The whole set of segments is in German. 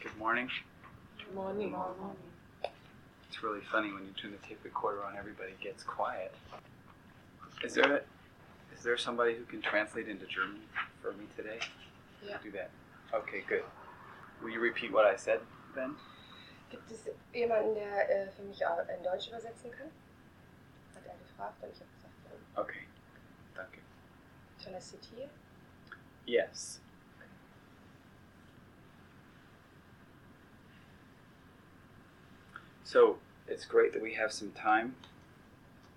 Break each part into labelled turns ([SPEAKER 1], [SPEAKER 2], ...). [SPEAKER 1] Good morning.
[SPEAKER 2] Morning.
[SPEAKER 1] It's really funny when you turn the tape recorder on, everybody gets quiet. Is there a- is there somebody who can translate into German for me today?
[SPEAKER 2] Yeah.
[SPEAKER 1] Do that. Okay, good. Will you repeat what I said then?
[SPEAKER 2] Gibt es jemanden, der äh, für mich au- in Deutsch übersetzen kann? Hat er gefragt und ich habe gesagt, ja.
[SPEAKER 1] Okay. Danke.
[SPEAKER 2] soll er zitieren?
[SPEAKER 1] Yes. So it's great that we have some time.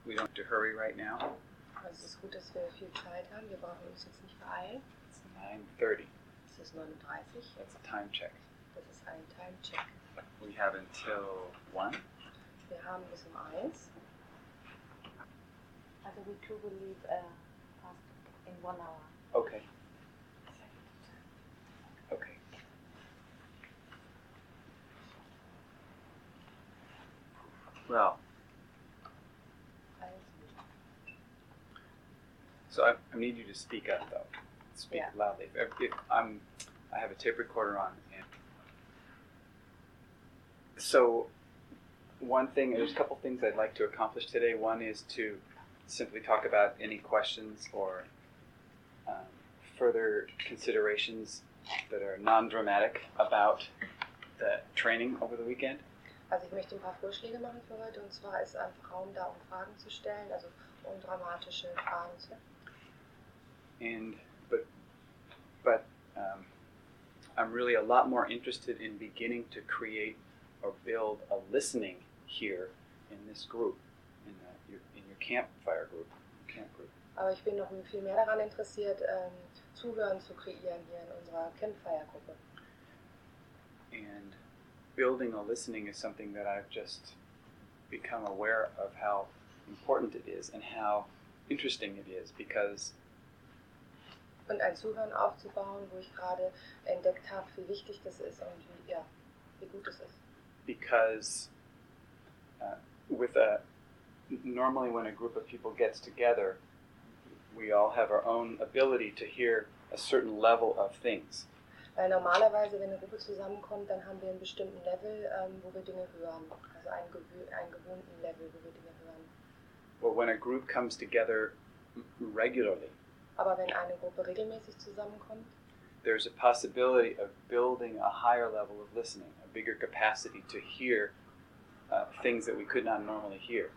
[SPEAKER 1] We don't have to hurry right now.
[SPEAKER 2] Also es ist gut, dass wir viel Zeit haben. Wir brauchen uns jetzt nicht beeilen.
[SPEAKER 1] It's nine thirty.
[SPEAKER 2] Es ist 39.
[SPEAKER 1] That's a time check.
[SPEAKER 2] Das ist ein Timecheck.
[SPEAKER 1] We have until one.
[SPEAKER 2] Wir haben bis um 1.
[SPEAKER 3] Also we two will leave
[SPEAKER 2] äh,
[SPEAKER 3] uh, fast in one hour.
[SPEAKER 1] Okay. Okay. Well,
[SPEAKER 2] Also,
[SPEAKER 1] so I, I need you to speak up though. Speak
[SPEAKER 2] Yeah.
[SPEAKER 1] loudly. If, if I'm, I have a tape recorder on. And so, one thing, there's a couple things I'd like to accomplish today. One is to simply talk about any questions or um, further considerations that are non-dramatic about the training over the weekend.
[SPEAKER 2] also ich möchte ein paar Vorschläge machen für heute. Und zwar ist einfach Raum da, um Fragen zu stellen. Also undramatische Fragen zu
[SPEAKER 1] and but but um, I'm really a lot more interested in beginning to create or build a listening here in this group in the, your, in your campfire group camp group
[SPEAKER 2] Aber ich bin noch viel mehr daran interessiert, ähm, Zuhören zu kreieren hier in unserer Campfire-Gruppe.
[SPEAKER 1] and building a listening is something that I've just become aware of how important it is and how interesting it is because
[SPEAKER 2] Und ein Zuhören aufzubauen, wo ich gerade entdeckt habe, wie wichtig das ist und wie, ja, wie gut es ist.
[SPEAKER 1] because uh, with a normally when a group of people gets together, we all have our own ability to hear a certain level of things.
[SPEAKER 2] Weil normalerweise, wenn eine Gruppe zusammenkommt, dann haben wir einen bestimmten Level, ähm, wo wir Dinge hören. Also einen, gewö einen gewöhnten Level, wo wir Dinge hören.
[SPEAKER 1] But when a group comes together m- regularly,
[SPEAKER 2] Aber wenn eine Gruppe regelmäßig zusammenkommt,
[SPEAKER 1] there's a possibility of building a higher level of listening, a bigger capacity to hear uh, things that we could not normally hear.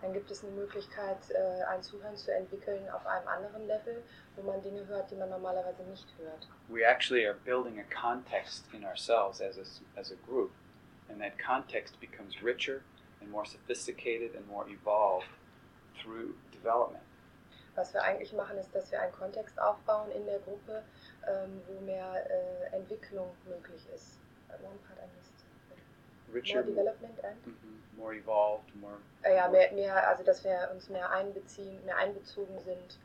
[SPEAKER 2] dann gibt es eine Möglichkeit, äh, ein Zuhören zu entwickeln auf einem anderen Level, wo man Dinge hört, die man normalerweise nicht hört.
[SPEAKER 1] we actually are building a context in ourselves as a, as a group, and that context becomes richer and more sophisticated and more evolved through development.
[SPEAKER 2] Was wir eigentlich machen, ist, dass wir einen Kontext aufbauen in der Gruppe, ähm, wo mehr äh, Entwicklung möglich ist. Äh, One part I missed.
[SPEAKER 1] Richer,
[SPEAKER 2] More development and?
[SPEAKER 1] mhm, more evolved, more.
[SPEAKER 2] Äh, ja, mehr, mehr, also dass wir uns mehr einbeziehen, mehr einbezogen sind.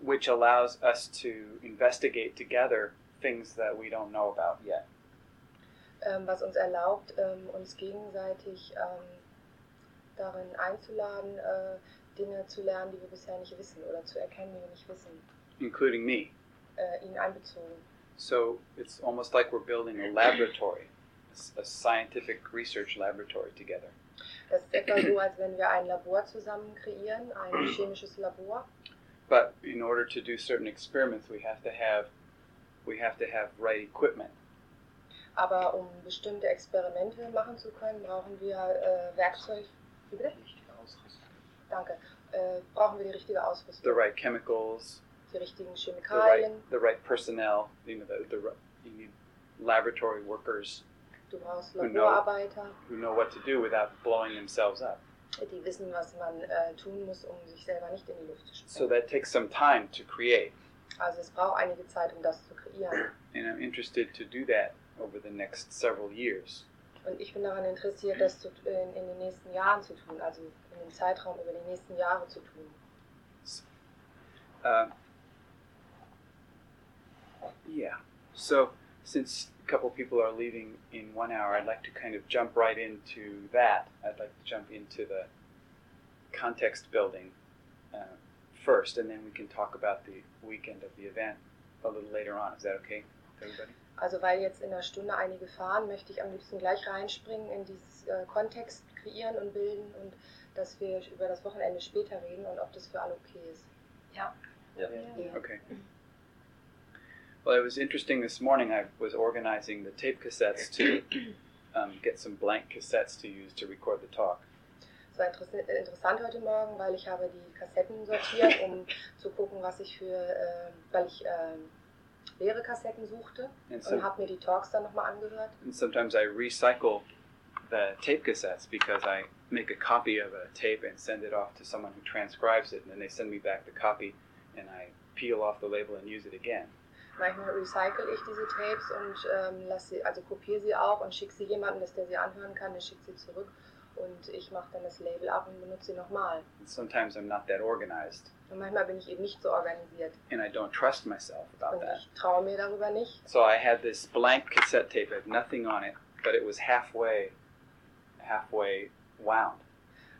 [SPEAKER 1] Which allows us to investigate together things that we don't know about yet.
[SPEAKER 2] ähm, was uns erlaubt, ähm, uns gegenseitig ähm, darin einzuladen, äh, Dinge zu lernen, die wir bisher nicht wissen oder zu erkennen, die wir nicht wissen,
[SPEAKER 1] Including me.
[SPEAKER 2] äh, ihn einbezogen.
[SPEAKER 1] So it's almost like we're building a laboratory, a s- a scientific research laboratory together.
[SPEAKER 2] Das ist etwa so, als wenn wir ein Labor zusammen kreieren, ein chemisches Labor.
[SPEAKER 1] But in order to do certain experiments, we have to have we have to have right equipment.
[SPEAKER 2] Aber um bestimmte Experimente machen zu können, brauchen wir äh, Werkzeug. Wie bitte? Danke. Äh, brauchen wir die richtige
[SPEAKER 1] The
[SPEAKER 2] Ausrüstung,
[SPEAKER 1] right chemicals,
[SPEAKER 2] die richtigen
[SPEAKER 1] the right
[SPEAKER 2] Chemikalien.
[SPEAKER 1] the right personnel. You know, the, the ri- you need laboratory workers
[SPEAKER 2] Du brauchst
[SPEAKER 1] Genau.
[SPEAKER 2] Laborarbeiter,
[SPEAKER 1] who know what to do without blowing themselves up.
[SPEAKER 2] die wissen, was man äh, tun muss, um sich selber nicht in die Luft zu
[SPEAKER 1] So
[SPEAKER 2] sprengen.
[SPEAKER 1] that takes some time to create,
[SPEAKER 2] Also es braucht einige Zeit, um das zu kreieren.
[SPEAKER 1] and I'm interested to do that over the next several years.
[SPEAKER 2] Und ich bin daran interessiert, das zu, in, in den nächsten Jahren zu tun, also in dem Zeitraum über die nächsten Jahre zu tun.
[SPEAKER 1] Um, yeah. So since a couple people are leaving in one hour, I'd like to kind of jump right into that. I'd like to jump into the um, context building uh, first, and then we can talk about the weekend of the event a little later on. Is that okay with everybody?
[SPEAKER 2] Also weil jetzt in einer Stunde einige fahren, möchte ich am liebsten gleich reinspringen in dieses äh, Kontext kreieren und bilden und dass wir über das Wochenende später reden und ob das für alle okay ist.
[SPEAKER 1] Okay. Well, it was interesting this morning. I was organizing the tape cassettes to um, get some blank cassettes to use to record the talk.
[SPEAKER 2] Es war interess- äh, interessant heute Morgen, weil ich habe die Kassetten sortiert, um zu gucken, was ich für, äh, weil ich äh, leere Kassetten suchte
[SPEAKER 1] And
[SPEAKER 2] und
[SPEAKER 1] so,
[SPEAKER 2] habe mir die Talks dann nochmal angehört.
[SPEAKER 1] and sometimes I recycle the tape cassettes because I make a copy of a tape and send it off to someone who transcribes it, and then they send me back the copy, and I peel off the label and use it again.
[SPEAKER 2] Manchmal recycle ich diese Tapes und ähm, lass sie, also kopiere sie auch und schicke sie jemandem, dass der sie anhören kann, der schickt sie zurück und ich mache dann das Label ab und benutze sie nochmal.
[SPEAKER 1] And sometimes I'm not that organized,
[SPEAKER 2] Und manchmal bin ich eben nicht so organisiert
[SPEAKER 1] and I don't trust myself about
[SPEAKER 2] und
[SPEAKER 1] that.
[SPEAKER 2] ich traue mir darüber nicht.
[SPEAKER 1] So I had this blank cassette tape, it had nothing on it, but it was halfway, halfway wound.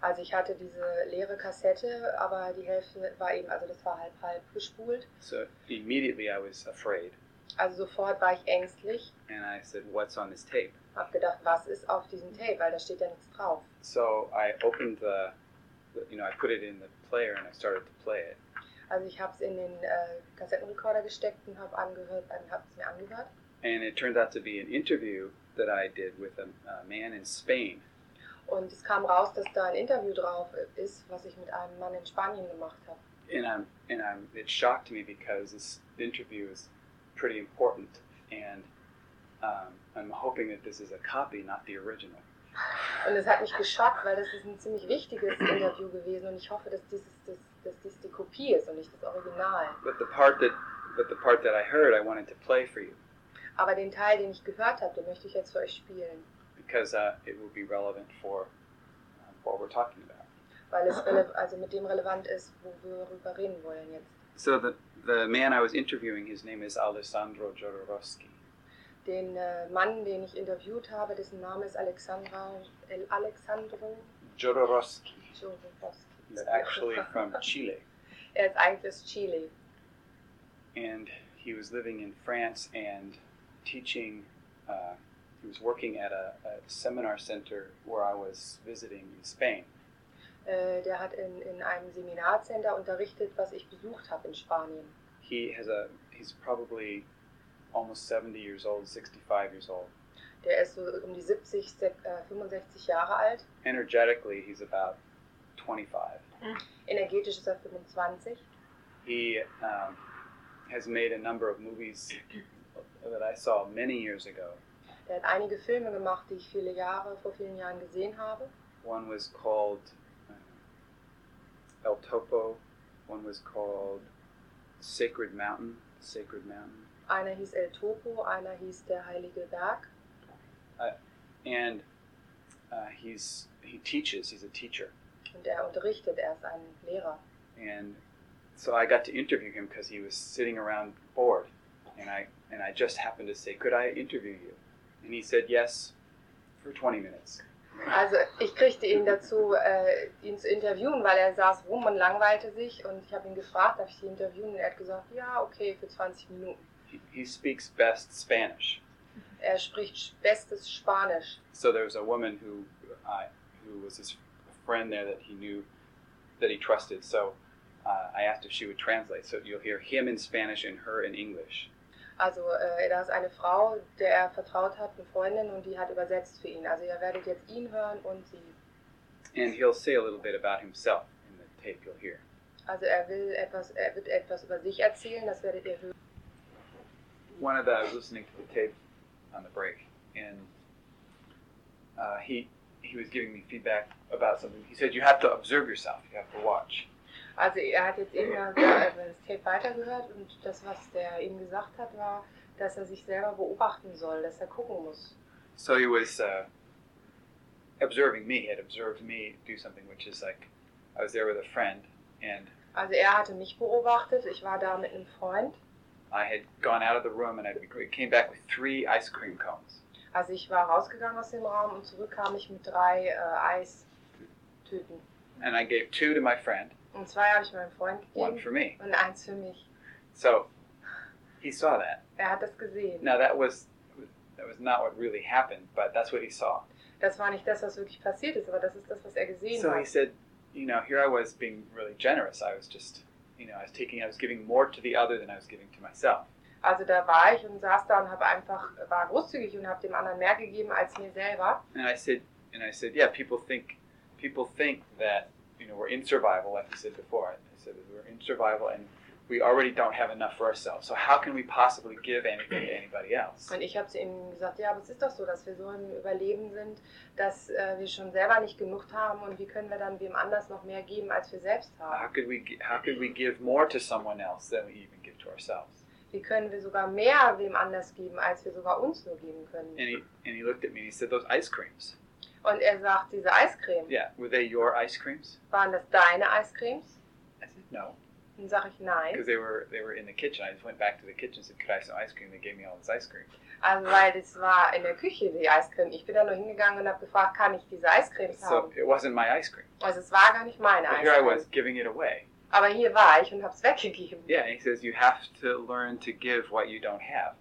[SPEAKER 2] Also ich hatte diese leere Kassette, aber die Hälfte war eben, also das war halb halb gespult.
[SPEAKER 1] So immediately I was afraid,
[SPEAKER 2] Also sofort war ich ängstlich,
[SPEAKER 1] and I said, "What's on this tape?"
[SPEAKER 2] habe gedacht, was ist auf diesem Tape, weil da steht ja nichts drauf.
[SPEAKER 1] So I opened the, the- you know, I put it in the player and I started to play it.
[SPEAKER 2] Also ich habe es in den äh, Kassettenrekorder gesteckt und habe angehört, habe es mir angehört.
[SPEAKER 1] And it turned out to be an interview that I did with a, a man in Spain.
[SPEAKER 2] Und es kam raus, dass da ein Interview drauf ist, was ich mit einem Mann in Spanien gemacht habe.
[SPEAKER 1] And I'm, and I'm, it shocked me because this interview is pretty important, and um, I'm hoping that this is a copy, not the original.
[SPEAKER 2] Und es hat mich geschockt, weil das ist ein ziemlich wichtiges Interview gewesen und ich hoffe, dass dieses, das, dass dies die Kopie ist und nicht das Original.
[SPEAKER 1] But the part that but the part that I heard, I wanted to play for you
[SPEAKER 2] Aber den Teil, den ich gehört habe, den möchte ich jetzt für euch spielen,
[SPEAKER 1] because uh, it will be relevant for um, what we're talking about.
[SPEAKER 2] weil es rele- also mit dem relevant ist, wo wir darüber reden wollen jetzt.
[SPEAKER 1] So the the man I was interviewing, his name is Alessandro Jodorowsky,
[SPEAKER 2] Den äh, Mann, den ich interviewt habe, dessen Name ist Alexandra, El Alexandro
[SPEAKER 1] Jodorowsky.
[SPEAKER 2] Jodorowsky.
[SPEAKER 1] He's actually from Chile,
[SPEAKER 2] Er ist eigentlich aus Chile.
[SPEAKER 1] and he was living in France and teaching. Uh, he was working at a, a seminar center where I was visiting in Spain.
[SPEAKER 2] Äh, der hat in, in einem Seminarcenter unterrichtet, was ich besucht habe in Spanien.
[SPEAKER 1] He has a he's probably almost 70 years old, 65 years old.
[SPEAKER 2] Der ist so um die 70, se- äh, 65 Jahre alt.
[SPEAKER 1] energetically he's about 25
[SPEAKER 2] Energetisch ist er 25.
[SPEAKER 1] he um, has made a number of movies that i saw many years ago
[SPEAKER 2] Der hat einige Filme gemacht, die ich viele Jahre, vor vielen Jahren gesehen habe.
[SPEAKER 1] one was called uh, el topo one was called sacred mountain sacred mountain
[SPEAKER 2] Einer hieß El Topo, einer hieß Der Heilige Berg.
[SPEAKER 1] and uh, he's he teaches he's a teacher
[SPEAKER 2] Und er unterrichtet, er ist ein Lehrer.
[SPEAKER 1] and so i got to interview him because he was sitting around bored and i and i just happened to say could i interview you and he said yes for 20 minutes
[SPEAKER 2] Also ich kriegte ihn dazu, äh, ihn zu interviewen, weil er saß rum und langweilte sich. Und ich habe ihn gefragt, darf ich ihn interviewen? Und er hat gesagt, ja, okay, für 20 Minuten.
[SPEAKER 1] he, he speaks best spanish
[SPEAKER 2] Er spricht bestes Spanisch.
[SPEAKER 1] so there was a woman who i who was his friend there that he knew that he trusted so uh, i asked if she would translate so you'll hear him in spanish and her in english
[SPEAKER 2] Also äh, da ist eine Frau, der er vertraut hat, eine Freundin, und die hat übersetzt für ihn. Also ihr werdet jetzt ihn hören und sie.
[SPEAKER 1] and he'll say a little bit about himself in the tape you'll hear
[SPEAKER 2] Also er will etwas, er wird etwas über sich erzählen, das werdet ihr hören.
[SPEAKER 1] one of the I was listening to the tape on the break, and uh, he he was giving me feedback about something. He said you have to observe yourself, you have to watch,
[SPEAKER 2] Also er hat jetzt eben ja, ja, das Tape weitergehört und das, was der ihm gesagt hat, war, dass er sich selber beobachten soll, dass er gucken muss.
[SPEAKER 1] so he was uh, observing me. He had observed me do something, which is like I was there with a friend, and
[SPEAKER 2] Also er hatte mich beobachtet, ich war da mit einem Freund.
[SPEAKER 1] I had gone out of the room, and I came back with three ice cream cones.
[SPEAKER 2] Also ich war rausgegangen aus dem Raum und zurück kam ich mit drei äh, Eistüten.
[SPEAKER 1] And I gave two to my friend,
[SPEAKER 2] Und zwei habe ich meinem Freund
[SPEAKER 1] one
[SPEAKER 2] gegeben
[SPEAKER 1] for me.
[SPEAKER 2] und eins für mich.
[SPEAKER 1] So He saw that.
[SPEAKER 2] Er hat das gesehen.
[SPEAKER 1] Now that was that was not what really happened, but that's what he saw.
[SPEAKER 2] Das war nicht das, was wirklich passiert ist, aber das ist das, was er gesehen
[SPEAKER 1] So he
[SPEAKER 2] hat.
[SPEAKER 1] said, you know, here I was being really generous. I was just, you know, I was taking, I was giving more to the other than I was giving to myself.
[SPEAKER 2] Also da war ich und saß da und habe einfach, war großzügig und habe dem anderen mehr gegeben als mir selber.
[SPEAKER 1] And I said, and I said, yeah, people think, people think that you know we're in survival, like I said before. I said we're in survival and we already don't have enough for ourselves. So how can we possibly give anything to anybody else?
[SPEAKER 2] Und ich habe zu ihm gesagt, ja, aber es ist doch so, dass wir so im Überleben sind, dass äh, wir schon selber nicht genug haben und wie können wir dann wem anders noch mehr geben, als wir selbst haben?
[SPEAKER 1] How could we, gi- how could we give more to someone else than we even give to ourselves?
[SPEAKER 2] Wie können wir sogar mehr wem anders geben, als wir sogar uns nur geben können?
[SPEAKER 1] And he and he looked at me and he said, those ice creams.
[SPEAKER 2] Und er sagt, diese Eiscreme,
[SPEAKER 1] Yeah, were they your ice creams?
[SPEAKER 2] waren das deine Eiscremes?
[SPEAKER 1] I said no,
[SPEAKER 2] Dann sage ich nein.
[SPEAKER 1] because they were they were in the kitchen. I just went back to the kitchen and said, could I have some ice cream? They gave me all this ice cream.
[SPEAKER 2] Also weil das war in der Küche die Eiscreme. Ich bin da nur hingegangen und habe gefragt, kann ich diese Eiscremes
[SPEAKER 1] So
[SPEAKER 2] haben?
[SPEAKER 1] it wasn't my ice cream.
[SPEAKER 2] Also es war gar nicht meine
[SPEAKER 1] But here I
[SPEAKER 2] Eiscreme.
[SPEAKER 1] was giving it away.
[SPEAKER 2] Aber hier war ich und habe es weggegeben.
[SPEAKER 1] Yeah, and he says you have to learn to give what you don't have.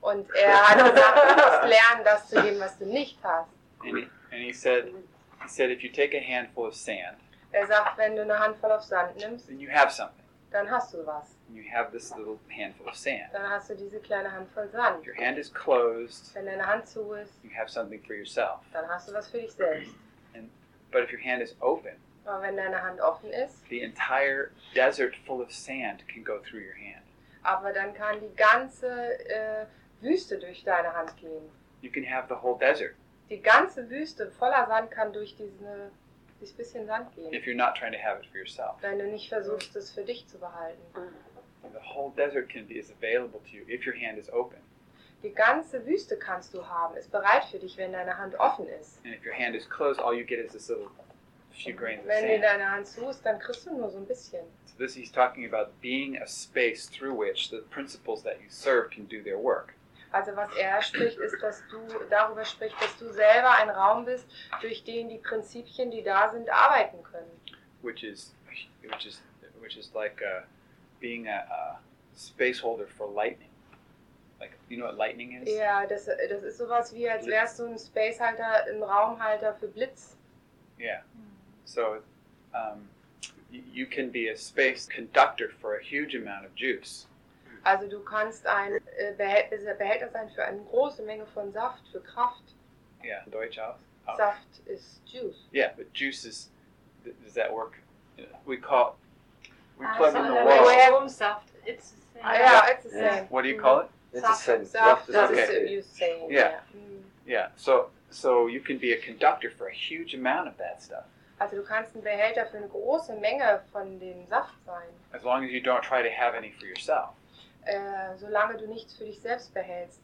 [SPEAKER 2] Und er hat gesagt, du musst lernen, das zu geben, was du nicht hast.
[SPEAKER 1] And he, and he said he said if you take a handful of sand,
[SPEAKER 2] Er sagt, wenn du eine Handvoll auf Sand nimmst,
[SPEAKER 1] then you have something.
[SPEAKER 2] dann hast du was.
[SPEAKER 1] And you have this little handful of sand.
[SPEAKER 2] Dann hast du diese kleine Handvoll
[SPEAKER 1] If
[SPEAKER 2] Sand.
[SPEAKER 1] your hand is closed,
[SPEAKER 2] Wenn deine Hand zu ist,
[SPEAKER 1] you have something for yourself.
[SPEAKER 2] dann hast du was für dich selbst.
[SPEAKER 1] But if your hand is open,
[SPEAKER 2] Aber wenn deine Hand offen ist,
[SPEAKER 1] the entire desert full of sand can go through your hand.
[SPEAKER 2] aber dann kann die ganze äh, Wüste durch deine Hand gehen.
[SPEAKER 1] You can have the whole desert
[SPEAKER 2] Die ganze Wüste voller Sand kann durch diese, dieses bisschen Sand gehen,
[SPEAKER 1] if you're not trying to have it for yourself.
[SPEAKER 2] wenn du nicht versuchst, es für dich zu behalten.
[SPEAKER 1] The whole desert can be is available to you if your hand is open.
[SPEAKER 2] Die ganze Wüste kannst du haben, ist bereit für dich, wenn deine Hand offen ist.
[SPEAKER 1] And if your hand is closed, all you get is this little few grains of
[SPEAKER 2] Wenn dir
[SPEAKER 1] sand.
[SPEAKER 2] deine Hand zu ist, dann kriegst du nur so ein bisschen.
[SPEAKER 1] So this he's talking about being a space through which the principles that you serve can do their work.
[SPEAKER 2] Also was er spricht, ist, dass du darüber sprichst, dass du selber ein Raum bist, durch den die Prinzipien, die da sind, arbeiten können.
[SPEAKER 1] which is which is which is like uh, being a, a space holder for lightning. Like you know what lightning is?
[SPEAKER 2] Ja, das, das ist sowas wie, als wärst du ein Spacehalter, ein Raumhalter für Blitz.
[SPEAKER 1] Yeah. So um, y- you can be a space conductor for a huge amount of juice,
[SPEAKER 2] Also du kannst ein äh, Behält- Behälter sein für eine große Menge von Saft, für Kraft.
[SPEAKER 1] yeah, Deutsch aus. Oh.
[SPEAKER 2] Saft ist Juice.
[SPEAKER 1] Yeah, but juice is th- does that work? We call we
[SPEAKER 3] Ah,
[SPEAKER 1] plug
[SPEAKER 3] so
[SPEAKER 1] in the
[SPEAKER 3] the
[SPEAKER 1] wall.
[SPEAKER 3] way-
[SPEAKER 4] Stromsaft. It's the same.
[SPEAKER 2] Ah ja, it's the
[SPEAKER 5] Ja.
[SPEAKER 2] same.
[SPEAKER 1] What do you call it?
[SPEAKER 5] It's the same.
[SPEAKER 2] Saft,
[SPEAKER 5] Saft is
[SPEAKER 2] das
[SPEAKER 1] okay.
[SPEAKER 2] ist äh, you say.
[SPEAKER 1] Ja.
[SPEAKER 2] ja. Mhm.
[SPEAKER 1] Yeah. So so you can be a conductor for a huge amount of that stuff.
[SPEAKER 2] Also du kannst ein Behälter für eine große Menge von dem Saft sein.
[SPEAKER 1] As long as you don't try to have any for yourself.
[SPEAKER 2] Äh, solange du nichts für dich selbst behältst.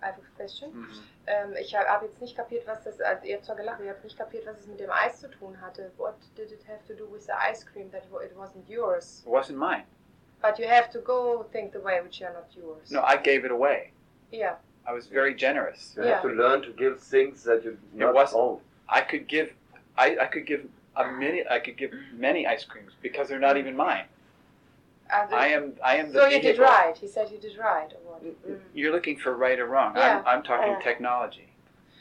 [SPEAKER 2] Einfach question.
[SPEAKER 1] Hm.
[SPEAKER 2] Ähm, ich habe hab jetzt nicht kapiert, was das, also ihr habt zwar gelacht, aber ihr habt nicht kapiert, was es mit dem Eis zu tun hatte. What did it have to do with the ice cream that wa- it wasn't yours?
[SPEAKER 1] It wasn't mine.
[SPEAKER 2] But you have to go think the way which are not yours.
[SPEAKER 1] No, I gave it away.
[SPEAKER 2] Yeah.
[SPEAKER 1] I was very generous.
[SPEAKER 5] You
[SPEAKER 2] Yeah.
[SPEAKER 5] have to learn to give things that you not
[SPEAKER 1] wasn't-
[SPEAKER 5] own.
[SPEAKER 1] I could give, I, I could give a many, I could give many ice creams because they're not even mine.
[SPEAKER 2] Also,
[SPEAKER 1] I am, I am the.
[SPEAKER 2] so you did
[SPEAKER 1] vehicle.
[SPEAKER 2] right. He said you did right. or what?
[SPEAKER 1] You're looking for right or wrong.
[SPEAKER 2] Yeah.
[SPEAKER 1] I'm, I'm talking
[SPEAKER 3] Uh.
[SPEAKER 1] technology.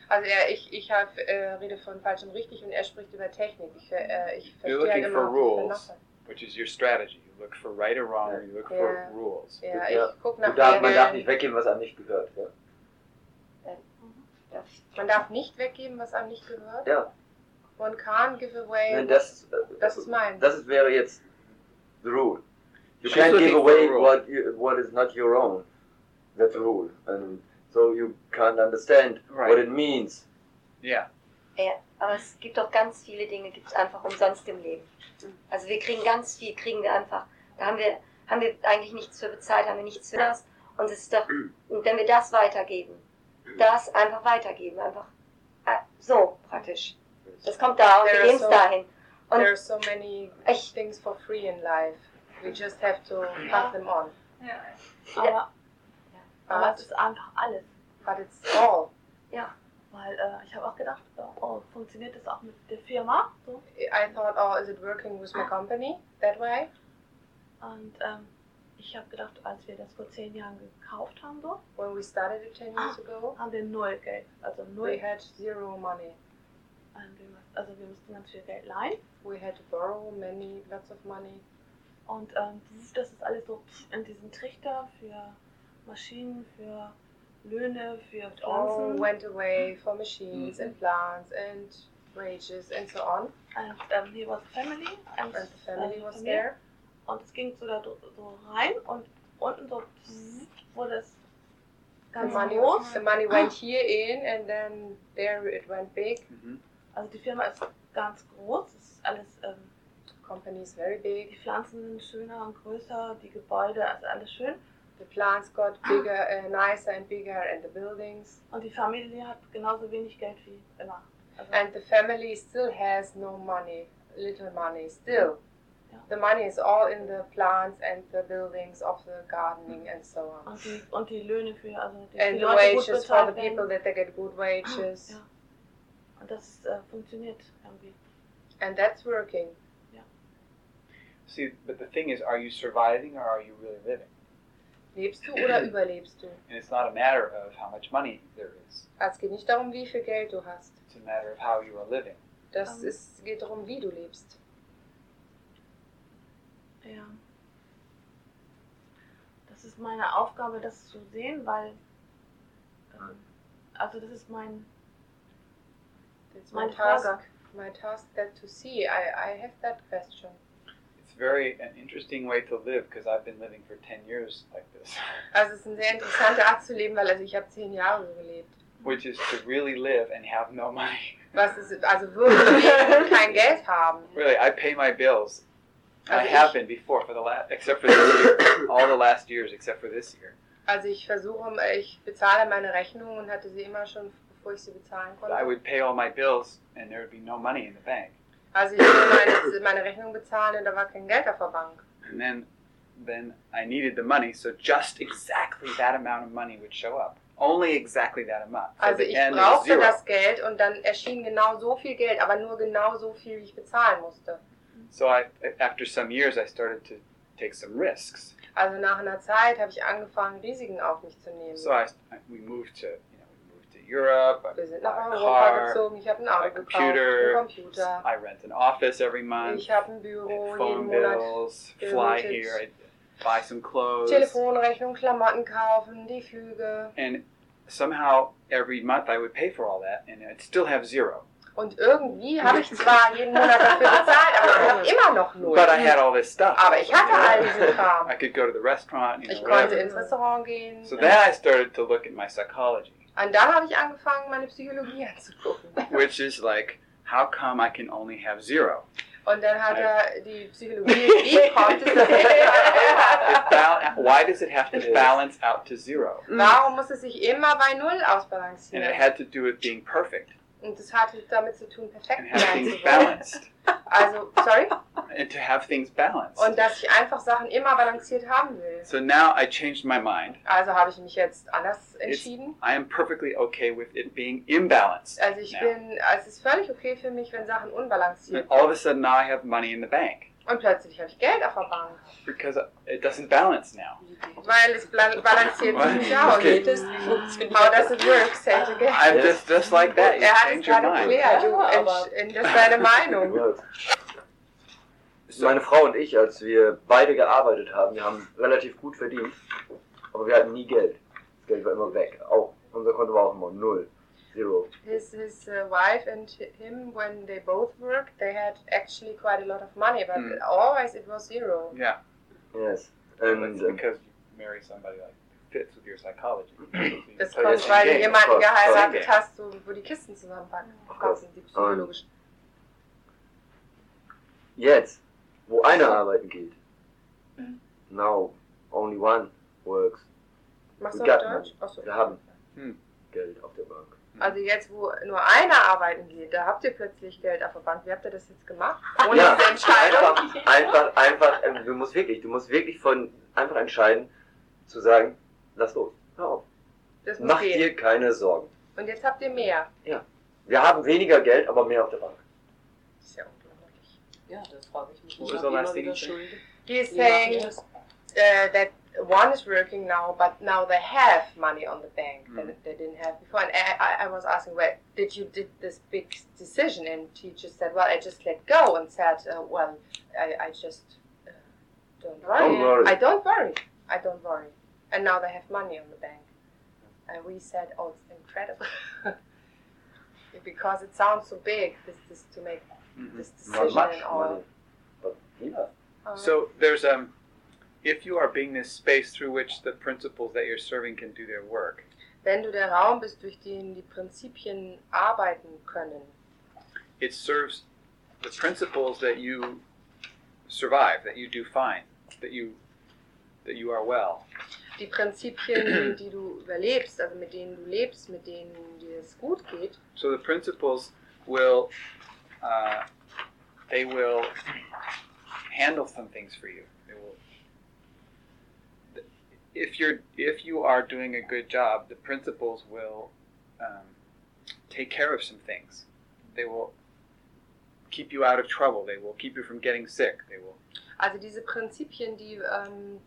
[SPEAKER 2] Also er, ich, ich hab, äh, rede von falsch und richtig und er spricht über Technik. Ich, ver- äh, ich verstehe
[SPEAKER 1] looking
[SPEAKER 2] halt
[SPEAKER 1] for
[SPEAKER 2] immer, was ich
[SPEAKER 1] rules.
[SPEAKER 2] verlache.
[SPEAKER 1] Which is your strategy. You look for right or wrong, or you look for
[SPEAKER 2] Yeah.
[SPEAKER 1] rules.
[SPEAKER 2] Ja,
[SPEAKER 5] Ja.
[SPEAKER 2] ich gucke
[SPEAKER 5] Du
[SPEAKER 2] nach
[SPEAKER 5] darf, man darf
[SPEAKER 2] Regeln.
[SPEAKER 5] nicht weggeben, was einem nicht gehört. Ja?
[SPEAKER 2] Man darf nicht weggeben, was einem nicht gehört.
[SPEAKER 5] Ja.
[SPEAKER 2] One can't give away.
[SPEAKER 5] Nein, das, äh,
[SPEAKER 2] das ist mein.
[SPEAKER 5] das ist- wäre jetzt the rule. You
[SPEAKER 1] She's
[SPEAKER 5] can't
[SPEAKER 1] looking
[SPEAKER 5] give
[SPEAKER 1] for
[SPEAKER 5] away
[SPEAKER 1] a rule.
[SPEAKER 5] what, you, what is not your own. That's the rule. And so you can't understand
[SPEAKER 1] Right.
[SPEAKER 5] what it means.
[SPEAKER 1] Yeah.
[SPEAKER 4] Ja, aber es gibt doch ganz viele Dinge, gibt es einfach umsonst im Leben. Also wir kriegen ganz viel, kriegen wir einfach. Da haben wir, haben wir eigentlich nichts für bezahlt, haben wir nichts für das. Und es ist doch, und wenn wir das weitergeben, das einfach weitergeben, einfach äh, so praktisch. Das kommt da und
[SPEAKER 2] There
[SPEAKER 4] wir
[SPEAKER 2] are
[SPEAKER 4] geben es
[SPEAKER 2] so-
[SPEAKER 4] dahin.
[SPEAKER 2] There are
[SPEAKER 4] Und
[SPEAKER 2] so many
[SPEAKER 4] Echt.
[SPEAKER 2] things for free in life. We just have to pass them on.
[SPEAKER 6] Aber, aber es
[SPEAKER 2] But,
[SPEAKER 6] ist einfach alles.
[SPEAKER 2] but it's all.
[SPEAKER 6] Weil äh, ich habe auch gedacht, oh, funktioniert das auch mit der Firma? So.
[SPEAKER 2] I thought, oh, is it working with my company that way?
[SPEAKER 6] Und ähm, ich habe gedacht, als wir das vor zehn Jahren gekauft haben, so,
[SPEAKER 2] When we started it 10 years ago,
[SPEAKER 6] haben wir null Geld. Also null
[SPEAKER 2] we
[SPEAKER 6] Geld.
[SPEAKER 2] had zero money.
[SPEAKER 6] Ähm, wir müssen- Also wir mussten ganz viel Geld leihen.
[SPEAKER 2] We had to borrow many, lots of money.
[SPEAKER 6] Und ähm, dieses- das ist alles so in diesem Trichter für Maschinen, für Löhne, für
[SPEAKER 2] It all
[SPEAKER 6] Pflanzen.
[SPEAKER 2] went away for machines
[SPEAKER 1] Mhm.
[SPEAKER 2] and plants and wages and so on.
[SPEAKER 6] And um, he was family. And,
[SPEAKER 2] And the family
[SPEAKER 6] ähm,
[SPEAKER 2] was
[SPEAKER 6] Familie.
[SPEAKER 2] there.
[SPEAKER 6] Und es ging so da dr- so rein und unten so wurde es
[SPEAKER 2] The
[SPEAKER 6] ganz
[SPEAKER 2] money,
[SPEAKER 6] groß.
[SPEAKER 2] the money went here in and then there it went big.
[SPEAKER 1] Mhm.
[SPEAKER 6] Also die Firma ist ganz groß. Es ist alles, ähm,
[SPEAKER 2] Company is very
[SPEAKER 6] die
[SPEAKER 2] big.
[SPEAKER 6] Pflanzen sind schöner und größer, die Gebäude, also alles schön.
[SPEAKER 2] The plants got bigger, uh, nicer and bigger, and the buildings.
[SPEAKER 6] Und die Familie hat genauso wenig Geld wie immer. Also,
[SPEAKER 2] And the family still has no money, little money still.
[SPEAKER 6] Yeah.
[SPEAKER 2] The money is all in the plants and the buildings of the gardening and so on.
[SPEAKER 6] und, die, und die Löhne für, also die, die
[SPEAKER 2] And the
[SPEAKER 6] Leute gut
[SPEAKER 2] wages for the
[SPEAKER 6] bezahlt
[SPEAKER 2] people
[SPEAKER 6] werden. Ah,
[SPEAKER 2] that they get good wages.
[SPEAKER 6] Ja. Und das ist, äh, funktioniert irgendwie.
[SPEAKER 2] And that's working.
[SPEAKER 1] See, but the thing is, are you surviving or are you really living?
[SPEAKER 2] Lebst du oder überlebst du? Also,
[SPEAKER 1] And it's not a matter of how much money there is.
[SPEAKER 2] Es geht nicht darum, wie viel Geld du hast.
[SPEAKER 1] It's a matter of how you are living.
[SPEAKER 2] Das
[SPEAKER 6] Ähm.
[SPEAKER 2] ist, geht darum, wie du lebst.
[SPEAKER 6] Ja. Das ist meine Aufgabe, das zu sehen, weil. Ähm, also, das ist mein.
[SPEAKER 2] That's
[SPEAKER 6] Meine Frage.
[SPEAKER 2] My task that to see. I, I have that question.
[SPEAKER 1] It's very an interesting way to live because I've been living for ten years like this,
[SPEAKER 2] Also es ist eine sehr interessante Art zu leben, weil also ich habe zehn Jahre so gelebt.
[SPEAKER 1] which is to really live and have no money.
[SPEAKER 2] Was ist, also wirklich leben und kein Geld haben.
[SPEAKER 1] Really, I pay my bills. I
[SPEAKER 2] Also
[SPEAKER 1] have
[SPEAKER 2] ich,
[SPEAKER 1] been before for the last, except for this year, all the last years except for this year.
[SPEAKER 2] also ich versuche, ich bezahle meine Rechnung und hatte sie immer schon, bevor ich sie bezahlen
[SPEAKER 1] But I
[SPEAKER 2] konnte.
[SPEAKER 1] would pay all my bills and there would be no money in the bank.
[SPEAKER 2] Also ich will meine, meine Rechnung bezahlen und da war kein Geld auf der Bank.
[SPEAKER 1] And then, then I needed the money, so just exactly that amount of money would show up. Only exactly that amount. So
[SPEAKER 2] Also
[SPEAKER 1] the
[SPEAKER 2] ich
[SPEAKER 1] end was
[SPEAKER 2] brauchte
[SPEAKER 1] zero.
[SPEAKER 2] das Geld und dann erschien genau so viel Geld, aber nur genau so viel, wie ich bezahlen musste.
[SPEAKER 1] So I, after some years, I started to take some risks.
[SPEAKER 2] Also nach einer Zeit habe ich angefangen, Risiken auf mich zu nehmen.
[SPEAKER 1] So I, I- we moved to, you know, we moved to Europe. I
[SPEAKER 2] Wir sind
[SPEAKER 1] bought
[SPEAKER 2] nach
[SPEAKER 1] a
[SPEAKER 2] Europa
[SPEAKER 1] car.
[SPEAKER 2] gezogen, ich habe ein
[SPEAKER 1] I
[SPEAKER 2] Auto
[SPEAKER 1] bought a
[SPEAKER 2] gekauft,
[SPEAKER 1] computer.
[SPEAKER 2] einen Computer,
[SPEAKER 1] I rent an office every month.
[SPEAKER 2] ich habe ein
[SPEAKER 1] I
[SPEAKER 2] Büro
[SPEAKER 1] had
[SPEAKER 2] jeden
[SPEAKER 1] phone
[SPEAKER 2] Monat,
[SPEAKER 1] bills.
[SPEAKER 2] Every
[SPEAKER 1] Fly
[SPEAKER 2] month.
[SPEAKER 1] here. I buy some clothes.
[SPEAKER 2] Telefonrechnung, Klamotten kaufen, die Flüge.
[SPEAKER 1] And somehow every month I would pay for all that, and I'd still have zero.
[SPEAKER 2] Und irgendwie habe ich zwar jeden Monat dafür bezahlt, aber ich habe immer noch null.
[SPEAKER 1] But I had all this stuff.
[SPEAKER 2] Aber ich hatte all diesen
[SPEAKER 1] I
[SPEAKER 2] Kram.
[SPEAKER 1] could go to the restaurant, you know,
[SPEAKER 2] Ich konnte
[SPEAKER 1] whatever.
[SPEAKER 2] ins Restaurant gehen.
[SPEAKER 1] So then I started to look at my psychology,
[SPEAKER 2] Und dann habe ich angefangen, meine Psychologie anzugucken.
[SPEAKER 1] which is like, how come I can only have zero?
[SPEAKER 2] Und dann hat er die Psychologie, wie kommt es, dass ich
[SPEAKER 1] It bal- why does it have to balance out to zero?
[SPEAKER 3] Mhm.
[SPEAKER 2] Warum muss es sich immer bei Null
[SPEAKER 1] And it
[SPEAKER 2] ausbalancieren?
[SPEAKER 1] had to do with being perfect
[SPEAKER 2] Und das hat damit zu tun, perfekt
[SPEAKER 1] and have
[SPEAKER 2] sein
[SPEAKER 1] things
[SPEAKER 2] zu wollen.
[SPEAKER 1] balanced,
[SPEAKER 2] Also, sorry.
[SPEAKER 1] and to have things balanced.
[SPEAKER 2] Und dass ich einfach Sachen immer balanciert haben will.
[SPEAKER 1] So now I changed my mind.
[SPEAKER 2] Also habe ich mich jetzt anders entschieden.
[SPEAKER 1] I am perfectly okay with it being imbalanced.
[SPEAKER 2] Also ich
[SPEAKER 1] now.
[SPEAKER 2] bin, es ist völlig okay für mich, wenn Sachen
[SPEAKER 1] And
[SPEAKER 2] unbalanciert
[SPEAKER 1] all of
[SPEAKER 2] sind.
[SPEAKER 1] a sudden now I have money in the bank
[SPEAKER 2] Und plötzlich habe ich Geld auf der Bank.
[SPEAKER 1] because it doesn't balance now.
[SPEAKER 2] Weil es bla- balanciert sich nicht aus.
[SPEAKER 1] Okay.
[SPEAKER 2] How does it work, say it again.
[SPEAKER 1] I'm just just like that. You
[SPEAKER 2] Er hat es
[SPEAKER 1] change your
[SPEAKER 2] gerade
[SPEAKER 1] mind.
[SPEAKER 2] erklärt. Du,
[SPEAKER 3] Ja, aber-
[SPEAKER 2] entsch- das ist deine Meinung.
[SPEAKER 5] Ja.
[SPEAKER 1] So-
[SPEAKER 5] Meine Frau und ich, als wir beide gearbeitet haben, wir haben relativ gut verdient, aber wir hatten nie Geld. Das Geld war immer weg. Auch unser Konto war auch immer null. Zero.
[SPEAKER 2] His, his uh, wife and him, when they both worked, they had actually quite a lot of money, but
[SPEAKER 5] Hmm.
[SPEAKER 1] Mm.
[SPEAKER 2] always it was zero.
[SPEAKER 1] Yeah,
[SPEAKER 5] Yes.
[SPEAKER 1] that's
[SPEAKER 5] And, ähm,
[SPEAKER 1] because you marry somebody like fits with your psychology. So you
[SPEAKER 2] Das
[SPEAKER 1] play
[SPEAKER 2] kommt,
[SPEAKER 1] the same
[SPEAKER 2] weil du
[SPEAKER 1] game.
[SPEAKER 2] jemanden
[SPEAKER 5] Voll, voll.
[SPEAKER 2] geheiratet hast, so, wo die Kisten zusammenpacken.
[SPEAKER 5] course. Um,
[SPEAKER 2] Die psychologischen.
[SPEAKER 5] jetzt, wo einer arbeiten geht, now only one works
[SPEAKER 2] Machst du
[SPEAKER 5] We
[SPEAKER 2] auf
[SPEAKER 5] got
[SPEAKER 2] Deutsch? Achso.
[SPEAKER 5] Wir haben. Geld auf der Bank.
[SPEAKER 2] Also jetzt, wo nur einer arbeiten geht, da habt ihr plötzlich Geld auf der Bank. Wie habt ihr das jetzt gemacht? Ohne
[SPEAKER 5] Ja.
[SPEAKER 2] diese Entscheidung?
[SPEAKER 5] Einfach, einfach, einfach, ähm, du musst wirklich, du musst wirklich von einfach entscheiden, zu sagen, lass los, hör auf.
[SPEAKER 2] Das muss
[SPEAKER 5] Mach
[SPEAKER 2] gehen.
[SPEAKER 5] dir keine Sorgen.
[SPEAKER 2] Und jetzt habt ihr mehr.
[SPEAKER 5] Wir haben weniger Geld, aber mehr auf der Bank.
[SPEAKER 2] Das ist ja unglaublich.
[SPEAKER 7] Ja, das frage ich mich.
[SPEAKER 1] Das ist der
[SPEAKER 7] Immer
[SPEAKER 1] letzte
[SPEAKER 7] wieder
[SPEAKER 1] Geschichte.
[SPEAKER 7] schuldig.
[SPEAKER 2] He's
[SPEAKER 7] Wie macht ihr
[SPEAKER 2] saying
[SPEAKER 7] das?
[SPEAKER 2] uh, that one is working now, but now they have money on the bank
[SPEAKER 1] Mm.
[SPEAKER 2] that they didn't have before. And I, I- I was asking, well, did you did this big decision? And teacher said, well, I just let go and said, uh, well, I, I just uh, don't worry.
[SPEAKER 5] Don't worry.
[SPEAKER 2] Ah, I don't worry. I don't worry. And now they have money on the bank. And we said, oh, it's incredible. because it sounds so big, this, this to make
[SPEAKER 1] Mhm.
[SPEAKER 2] this
[SPEAKER 5] Not
[SPEAKER 2] decision
[SPEAKER 5] much
[SPEAKER 2] and all.
[SPEAKER 5] money. But yeah.
[SPEAKER 2] Uh,
[SPEAKER 1] So there's um, if you are being this space through which the principles that you're serving can do their work,
[SPEAKER 2] Wenn du der Raum bist, durch den die Prinzipien arbeiten können,
[SPEAKER 1] it serves the principles that you survive, that you do fine, that you that you are well.
[SPEAKER 2] die Prinzipien, die du überlebst, also mit denen du lebst, mit denen dir es gut geht,
[SPEAKER 1] So the principles will uh, they will handle some things for you. They will. If you're if you are doing a good job, the principles will um, take care of some things. They will keep you out of trouble. They will keep you from getting sick. They will.
[SPEAKER 2] also diese Prinzipien, die, ähm,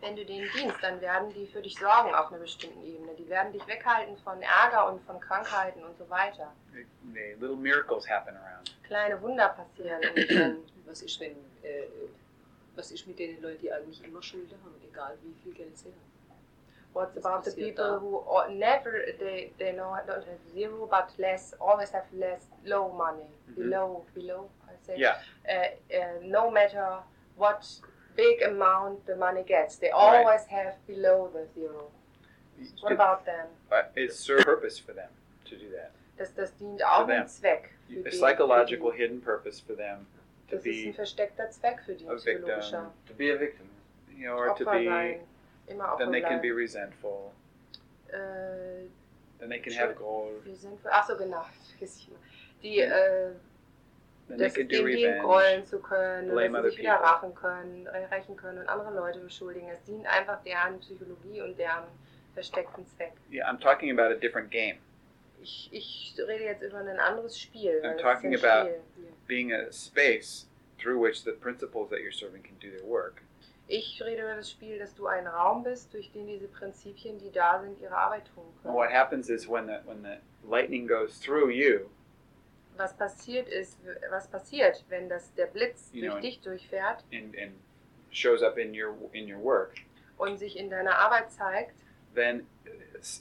[SPEAKER 2] wenn du denen dienst, dann werden die für dich sorgen auf einer bestimmten Ebene. Die werden dich weghalten von Ärger und von Krankheiten und so weiter.
[SPEAKER 1] they, little miracles happen around.
[SPEAKER 2] Kleine Wunder passieren. in den Fällen.
[SPEAKER 7] Was ist, wenn, äh, was ist mit den Leuten, die eigentlich immer Schulden haben, egal wie viel Geld sie haben?
[SPEAKER 2] What's
[SPEAKER 7] Das
[SPEAKER 2] about the
[SPEAKER 7] passiert
[SPEAKER 2] people
[SPEAKER 7] da.
[SPEAKER 2] who all- never, they, they know, don't have zero, but less, always have less, low money,
[SPEAKER 1] Mhm.
[SPEAKER 2] below, below, I say.
[SPEAKER 1] Yeah,
[SPEAKER 2] uh, uh, no matter what big amount the money gets, they
[SPEAKER 1] Right.
[SPEAKER 2] always have below the zero. What
[SPEAKER 1] It-
[SPEAKER 2] about them?
[SPEAKER 1] but it serves purpose for them to do that.
[SPEAKER 2] Das, das dient auch
[SPEAKER 1] them.
[SPEAKER 2] einem Zweck. für
[SPEAKER 1] A
[SPEAKER 2] die-
[SPEAKER 1] psychological
[SPEAKER 2] für
[SPEAKER 1] hidden purpose for them
[SPEAKER 2] die-
[SPEAKER 1] to
[SPEAKER 2] Das ist ein
[SPEAKER 1] be,
[SPEAKER 2] versteckter Zweck für die
[SPEAKER 1] a victim.
[SPEAKER 2] psychologischer.
[SPEAKER 5] To be a victim.
[SPEAKER 1] you know, or to
[SPEAKER 2] Opfer
[SPEAKER 1] be.
[SPEAKER 2] sein. Immer Opfer
[SPEAKER 1] Then they can be
[SPEAKER 2] bleiben.
[SPEAKER 1] resentful.
[SPEAKER 2] Äh,
[SPEAKER 1] Then they can
[SPEAKER 2] Sure.
[SPEAKER 1] have goal.
[SPEAKER 2] wir sind für, ach so, genau. vergiss ich immer. Die, äh,
[SPEAKER 1] Then they
[SPEAKER 2] das
[SPEAKER 1] can
[SPEAKER 2] ist
[SPEAKER 1] do
[SPEAKER 2] dem
[SPEAKER 1] revenge.
[SPEAKER 2] Gegengollen zu können,
[SPEAKER 1] Blame
[SPEAKER 2] und dass
[SPEAKER 1] other
[SPEAKER 2] sie sich wieder
[SPEAKER 1] people.
[SPEAKER 2] rachen können, äh, rächen können und andere Leute beschuldigen. Es dient einfach deren Psychologie und deren versteckten Zweck.
[SPEAKER 1] Yeah, I'm talking about a different game.
[SPEAKER 2] Ich, ich rede jetzt über ein anderes Spiel. weil
[SPEAKER 1] I'm
[SPEAKER 2] das
[SPEAKER 1] talking
[SPEAKER 2] ist ein
[SPEAKER 1] about-
[SPEAKER 2] Spiel.
[SPEAKER 1] Being a space through which the principles that you're serving can do their work.
[SPEAKER 2] Ich rede über das Spiel, dass du ein Raum bist, durch den diese Prinzipien, die da sind, ihre Arbeit tun
[SPEAKER 1] And
[SPEAKER 2] können.
[SPEAKER 1] what happens is when the when the lightning goes through you,
[SPEAKER 2] Was passiert ist, was passiert, wenn das der Blitz
[SPEAKER 1] You
[SPEAKER 2] durch
[SPEAKER 1] know,
[SPEAKER 2] dich durchfährt
[SPEAKER 1] and, and shows up in your in your work,
[SPEAKER 2] und sich in deiner Arbeit zeigt,
[SPEAKER 1] then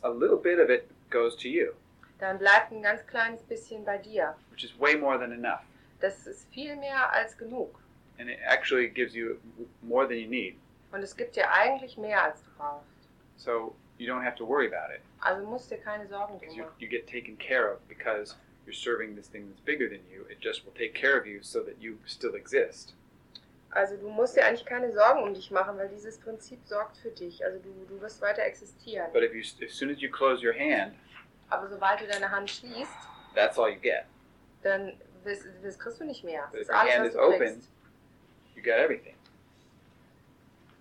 [SPEAKER 1] a little bit of it goes to you,
[SPEAKER 2] dann bleibt ein ganz kleines bisschen bei dir.
[SPEAKER 1] which is way more than enough,
[SPEAKER 2] Das ist viel mehr als genug.
[SPEAKER 1] and it actually gives you more than you need.
[SPEAKER 2] Und es gibt dir eigentlich mehr, als du brauchst.
[SPEAKER 1] So you don't have to worry about it
[SPEAKER 2] Also musst dir keine Sorgen
[SPEAKER 1] because
[SPEAKER 2] drum
[SPEAKER 1] you,
[SPEAKER 2] machen.
[SPEAKER 1] you get taken care of because you're serving this thing that's bigger than you. It just will take care of you so that you still exist.
[SPEAKER 2] Also du musst dir eigentlich keine Sorgen um dich machen, weil dieses Prinzip sorgt für dich. Also du, du wirst weiter existieren.
[SPEAKER 1] But if you, as soon as you close your hand,
[SPEAKER 2] Aber sobald du deine Hand schließt,
[SPEAKER 1] that's all you get.
[SPEAKER 2] dann wirst, wirst, kriegst du nicht mehr. Das
[SPEAKER 1] If
[SPEAKER 2] ist
[SPEAKER 1] your hand
[SPEAKER 2] alles, was
[SPEAKER 1] is
[SPEAKER 2] du
[SPEAKER 1] open,
[SPEAKER 2] kriegst.
[SPEAKER 1] you got everything.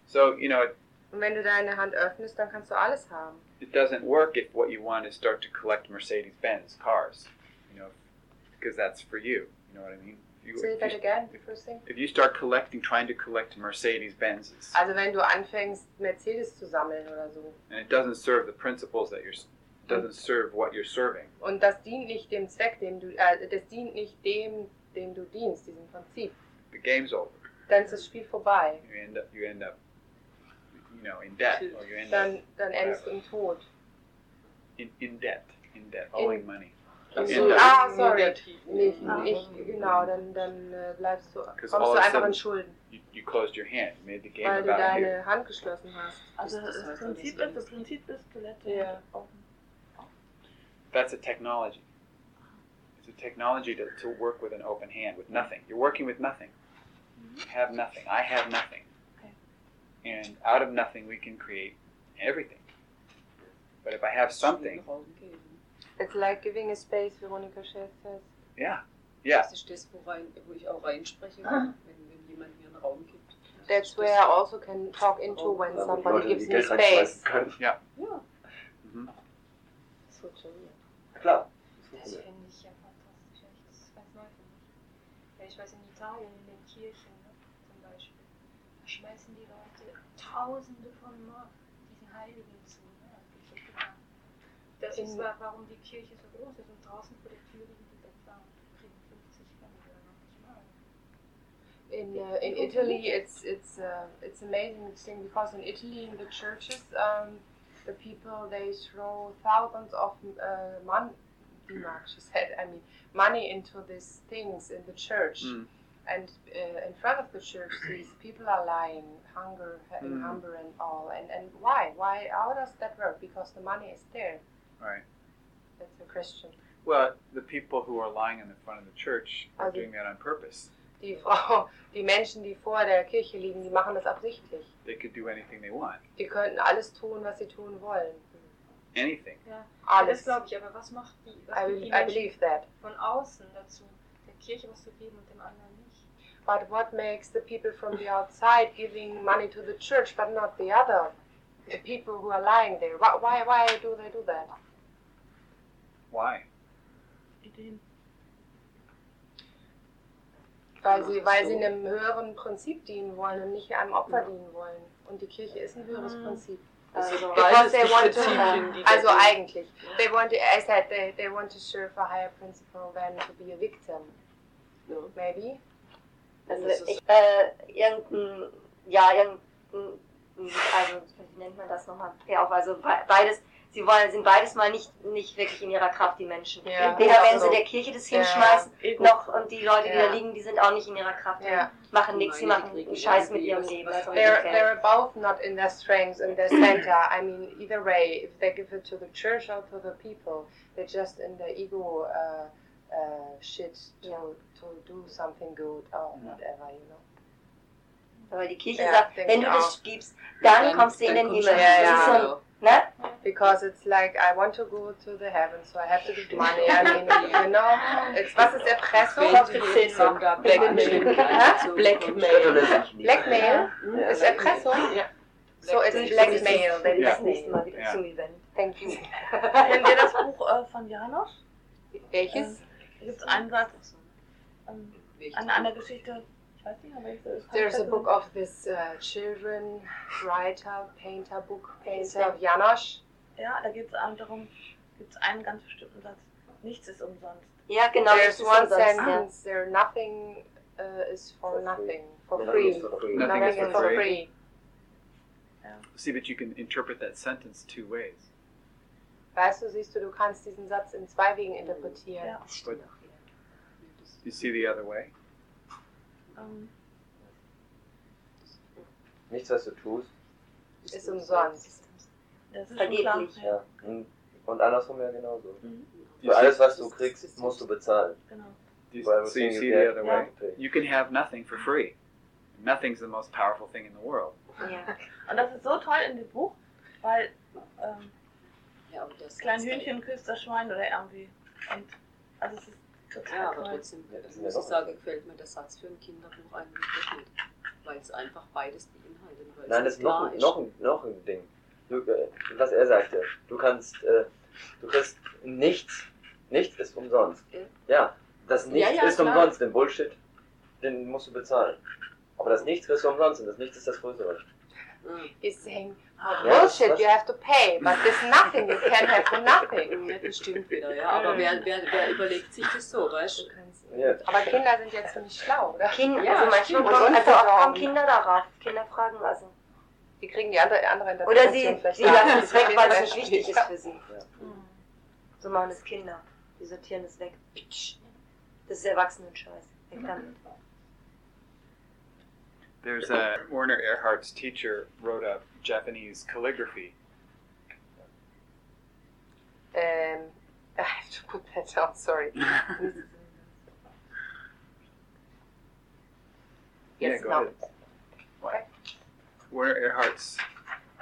[SPEAKER 1] So you know it,
[SPEAKER 2] Und wenn du deine Hand öffnest, dann kannst du alles haben.
[SPEAKER 1] it doesn't work if what you want is start to collect Mercedes Benz cars, you know, because that's for you. You know what I mean? If you,
[SPEAKER 2] Say
[SPEAKER 1] if
[SPEAKER 2] that
[SPEAKER 1] you,
[SPEAKER 2] again, the first thing.
[SPEAKER 1] if you start collecting, trying to collect Mercedes Benzes,
[SPEAKER 2] Also wenn du anfängst, Mercedes zu sammeln oder so.
[SPEAKER 1] and it doesn't serve the principles that you're, s- doesn't serve what you're serving.
[SPEAKER 2] Und das dient nicht dem Zweck, dem du, äh, das dient nicht dem, dem du dienst, diesem Prinzip.
[SPEAKER 1] The game's over.
[SPEAKER 2] Dann ist das Spiel vorbei.
[SPEAKER 1] You end up, you end up, you know, in debt, or you end up
[SPEAKER 2] Dann, dann endest du im Tod.
[SPEAKER 1] in, in debt, in debt, owing money.
[SPEAKER 7] Ach
[SPEAKER 1] so,
[SPEAKER 2] ah, sorry.
[SPEAKER 7] negativ.
[SPEAKER 2] Nicht,
[SPEAKER 7] Ah.
[SPEAKER 2] ich, genau, dann, dann äh, bleibst du, kommst
[SPEAKER 1] all
[SPEAKER 2] du
[SPEAKER 1] of a
[SPEAKER 2] einfach
[SPEAKER 1] sudden-
[SPEAKER 2] in Schulden,
[SPEAKER 1] You, you closed your hand, you made the game
[SPEAKER 2] weil du
[SPEAKER 1] about you.
[SPEAKER 2] deine Hand geschlossen hast.
[SPEAKER 6] Also
[SPEAKER 7] Das- das
[SPEAKER 6] das,
[SPEAKER 7] heißt, dann
[SPEAKER 6] Prinzip
[SPEAKER 7] ist
[SPEAKER 6] ist, das Prinzip ist Toilette
[SPEAKER 2] Ja.
[SPEAKER 6] offen.
[SPEAKER 1] That's a technology. It's a technology to, to work with an open hand, with nothing. You're working with nothing. You have nothing. I have nothing.
[SPEAKER 6] Okay.
[SPEAKER 1] And out of nothing, we can create everything. But if I have something,
[SPEAKER 7] Raum geben.
[SPEAKER 2] It's like giving a space, Veronica Schell says.
[SPEAKER 1] yeah, yeah,
[SPEAKER 7] Das ist das, wo, rein, wo ich auch reinspreche, wenn, wenn jemand mir einen Raum gibt. Das
[SPEAKER 2] That's
[SPEAKER 7] ist
[SPEAKER 2] where I also can talk into
[SPEAKER 7] Oh,
[SPEAKER 2] when
[SPEAKER 7] ja,
[SPEAKER 2] somebody
[SPEAKER 5] Leute,
[SPEAKER 2] gives
[SPEAKER 5] die
[SPEAKER 2] me
[SPEAKER 5] Geld
[SPEAKER 2] space.
[SPEAKER 5] reinschmeißen können.
[SPEAKER 7] Ja,
[SPEAKER 1] mhm.
[SPEAKER 3] So, Entschuldigung.
[SPEAKER 5] Klar.
[SPEAKER 3] Das finde ich ja fantastisch. ehrlich. Das ist ganz neu für mich. Ja, ich weiß, in Italien, in den Kirchen ne, zum Beispiel, da
[SPEAKER 8] schmeißen die Leute Tausende von Mark diesen Heiligen zu. Ne? Das ist so getan. Das
[SPEAKER 2] In-
[SPEAKER 8] ist wa- warum die Kirche so groß ist und draußen vor der Tür liegen die Bettler und kriegen 50 Pfund oder 90 Mark.
[SPEAKER 2] in uh, in Italy, it's it's uh, it's amazing thing because in Italy, in the churches, um, the people they throw thousands of uh, money, she said. I mean, money into these things in the church,
[SPEAKER 1] Mm.
[SPEAKER 2] and uh, in front of the church, these people are lying, hunger,
[SPEAKER 1] Mm.
[SPEAKER 2] in hunger and all. And and why? Why? How does that work? Because the money is there.
[SPEAKER 1] Right.
[SPEAKER 2] That's a question.
[SPEAKER 1] Well, the people who are lying in the front of the church are
[SPEAKER 2] Also-
[SPEAKER 1] doing that on purpose.
[SPEAKER 2] Die Frau, die Menschen, die vor der Kirche liegen, die machen das absichtlich.
[SPEAKER 1] They could do anything they want.
[SPEAKER 2] Die könnten alles tun, was sie tun wollen.
[SPEAKER 1] Anything.
[SPEAKER 8] Das
[SPEAKER 2] Alles.
[SPEAKER 8] glaube ich, aber was macht die, was
[SPEAKER 2] I,
[SPEAKER 8] gibt
[SPEAKER 2] bel-
[SPEAKER 8] die
[SPEAKER 2] I
[SPEAKER 8] Menschen
[SPEAKER 2] believe that.
[SPEAKER 8] von außen dazu, der Kirche was zu geben und dem anderen nicht?
[SPEAKER 2] But what makes the people from the outside giving money to the church but not the other? The people who are lying there. Why, why, why do they do that?
[SPEAKER 1] Why?
[SPEAKER 6] Ideen.
[SPEAKER 2] Weil sie, weil sie einem höheren Prinzip dienen wollen und nicht einem Opfer dienen wollen. Und die Kirche ist ein höheres
[SPEAKER 8] Mhm.
[SPEAKER 2] Prinzip.
[SPEAKER 7] Das ist aber
[SPEAKER 2] Um, Because they
[SPEAKER 7] weites
[SPEAKER 2] want to,
[SPEAKER 7] Prinzipien, die da
[SPEAKER 2] also
[SPEAKER 7] gehen.
[SPEAKER 2] eigentlich, they want to, I said they, they want to serve a higher principle than to be a victim.
[SPEAKER 7] Ja.
[SPEAKER 2] Maybe.
[SPEAKER 4] Also
[SPEAKER 7] Das ist-
[SPEAKER 4] ich, äh, irgendein, ja, irgendein, also wie nennt man das nochmal? Ja, auch also be- beides, sie wollen, sind beides mal nicht, nicht wirklich in ihrer Kraft, die Menschen.
[SPEAKER 2] Ja.
[SPEAKER 4] Weder wenn
[SPEAKER 2] Also,
[SPEAKER 4] sie der Kirche das
[SPEAKER 2] ja.
[SPEAKER 4] hinschmeißen,
[SPEAKER 6] Ego.
[SPEAKER 4] noch und die Leute, die
[SPEAKER 2] Ja.
[SPEAKER 4] da liegen, die sind auch nicht in ihrer Kraft. Die
[SPEAKER 2] Ja.
[SPEAKER 4] Machen nichts, sie
[SPEAKER 7] Nein, die
[SPEAKER 4] machen
[SPEAKER 7] kriegen
[SPEAKER 4] einen Scheiß mit
[SPEAKER 7] irgendwie
[SPEAKER 4] ihrem
[SPEAKER 7] was-
[SPEAKER 4] Leben.
[SPEAKER 7] was
[SPEAKER 4] das soll
[SPEAKER 2] They're,
[SPEAKER 4] ihnen
[SPEAKER 2] they're
[SPEAKER 4] gefällt.
[SPEAKER 2] both not in their strength, in their center. I mean, either way, if they give it to the church or to the people, they're just in their ego uh, uh, shit to, to do something good or
[SPEAKER 1] Yeah.
[SPEAKER 2] whatever, you know.
[SPEAKER 4] Aber die Kirche
[SPEAKER 2] Ja,
[SPEAKER 4] sagt,
[SPEAKER 2] denke
[SPEAKER 4] wenn du
[SPEAKER 2] ich
[SPEAKER 4] das
[SPEAKER 2] auch.
[SPEAKER 4] gibst, dann, kommst du in den Himmel.
[SPEAKER 2] Ja,
[SPEAKER 4] Das ist
[SPEAKER 2] ja.
[SPEAKER 4] so ein, ne?
[SPEAKER 2] Because it's like, I want to go to the heaven, so I have to give money. I mean, you know, it's, was ist Erpressung?
[SPEAKER 5] Capitalism.
[SPEAKER 2] Blackmail? Hm? Ist Erpressung?
[SPEAKER 7] Ja.
[SPEAKER 2] So it's
[SPEAKER 7] Blackmail.
[SPEAKER 2] blackmail, they
[SPEAKER 1] Ja.
[SPEAKER 4] Das nächste
[SPEAKER 2] blackmail.
[SPEAKER 4] Mal wieder
[SPEAKER 1] Ja.
[SPEAKER 4] zum Event.
[SPEAKER 2] Thank you.
[SPEAKER 6] Kennt ihr das Buch äh, von Janosch?
[SPEAKER 2] Welches?
[SPEAKER 6] Da gibt es einen Satz ähm, an einer Geschichte. Ich weiß nicht, aber ich
[SPEAKER 2] There's a book of this uh, children writer, painter, book painter of Janosch.
[SPEAKER 6] Ja, da geht es darum, gibt es einen ganz bestimmten Satz. Nichts ist umsonst.
[SPEAKER 4] Ja, genau.
[SPEAKER 2] There's
[SPEAKER 4] Das ist
[SPEAKER 2] one
[SPEAKER 4] unser ja.
[SPEAKER 2] sentence. There nothing uh, is for
[SPEAKER 5] For free.
[SPEAKER 2] nothing, for
[SPEAKER 5] Nothing
[SPEAKER 2] free.
[SPEAKER 5] is for free.
[SPEAKER 1] Nothing is for free.
[SPEAKER 6] Ja.
[SPEAKER 1] See, but you can interpret that sentence two ways.
[SPEAKER 2] Weißt du, siehst du, du kannst diesen Satz in zwei Wegen interpretieren.
[SPEAKER 6] Ja.
[SPEAKER 1] But you see the other way?
[SPEAKER 6] Ähm,
[SPEAKER 5] Nichts, was du tust.
[SPEAKER 2] Ist umsonst.
[SPEAKER 6] das ist schon
[SPEAKER 4] Vergeblich,
[SPEAKER 6] klar.
[SPEAKER 5] Ja. Mhm. Und andersrum ja genauso.
[SPEAKER 1] You
[SPEAKER 5] Für
[SPEAKER 1] see-
[SPEAKER 5] alles, was du kriegst, musst du bezahlen.
[SPEAKER 6] Genau.
[SPEAKER 1] you-
[SPEAKER 5] For
[SPEAKER 1] so you
[SPEAKER 5] everything
[SPEAKER 1] see
[SPEAKER 5] you
[SPEAKER 1] the
[SPEAKER 5] get,
[SPEAKER 1] other
[SPEAKER 5] you
[SPEAKER 1] way.
[SPEAKER 5] have to pay.
[SPEAKER 1] You can have nothing for free. Nothing's the most powerful thing in the world.
[SPEAKER 4] Ja.
[SPEAKER 6] Und das ist so toll in dem Buch, weil ähm,
[SPEAKER 7] Ja, aber das
[SPEAKER 6] das kleine Hühnchen küsst das Schwein oder irgendwie. Und also es ist total
[SPEAKER 7] Ja, aber
[SPEAKER 6] toll.
[SPEAKER 7] trotzdem, also muss ich sagen, gefällt mir der Satz für ein Kinderbuch eigentlich nicht. Weil es einfach beides beinhaltet. Weil es
[SPEAKER 5] Nein, das ist noch,
[SPEAKER 7] klar
[SPEAKER 5] ein- noch, ein, noch ein Ding. Du, äh, was er sagte, du kannst, äh, du kriegst nichts, nichts ist umsonst.
[SPEAKER 7] Ja.
[SPEAKER 5] Ja, das Nichts
[SPEAKER 7] Ja, ja,
[SPEAKER 5] ist
[SPEAKER 7] klar.
[SPEAKER 5] umsonst, den Bullshit, den musst du bezahlen. Aber das Nichts kriegst du umsonst und das Nichts ist das Größere.
[SPEAKER 7] Mhm.
[SPEAKER 2] He's saying,
[SPEAKER 4] Ah.
[SPEAKER 2] oh,
[SPEAKER 5] Ja,
[SPEAKER 2] bullshit,
[SPEAKER 5] was-
[SPEAKER 2] you have to pay, but this nothing, you can have for nothing.
[SPEAKER 7] Ja, das stimmt wieder, ja. Aber wer, wer, wer überlegt sich das so, weißt
[SPEAKER 2] Du
[SPEAKER 7] du?
[SPEAKER 2] kannst-
[SPEAKER 5] Ja.
[SPEAKER 2] Aber Kinder sind jetzt ziemlich schlau, oder?
[SPEAKER 4] Kinder,
[SPEAKER 7] Ja,
[SPEAKER 4] also manchmal
[SPEAKER 7] stimmt.
[SPEAKER 4] kommen,
[SPEAKER 2] Und
[SPEAKER 4] also auch
[SPEAKER 2] unverdorben.
[SPEAKER 4] kommen Kinder darauf. Kinder fragen also.
[SPEAKER 2] Die kriegen die andere, andere
[SPEAKER 4] Oder
[SPEAKER 2] Interpretation
[SPEAKER 4] sie,
[SPEAKER 2] vielleicht
[SPEAKER 4] sie
[SPEAKER 2] ab.
[SPEAKER 4] lassen es weg, weil es nicht
[SPEAKER 2] Vielleicht
[SPEAKER 4] wichtig ist
[SPEAKER 2] später.
[SPEAKER 4] für sie.
[SPEAKER 6] Hm.
[SPEAKER 8] Mhm.
[SPEAKER 4] So machen es Kinder. Die sortieren es weg. Pitsch. Das ist Erwachsenenscheiß. Weg damit.
[SPEAKER 1] There's a Werner Erhard's teacher wrote up Japanese calligraphy.
[SPEAKER 2] Ähm, I have to put that down, oh, sorry.
[SPEAKER 1] Yeah,
[SPEAKER 2] Yes,
[SPEAKER 1] go
[SPEAKER 2] no.
[SPEAKER 1] ahead. What? Werner Erhard's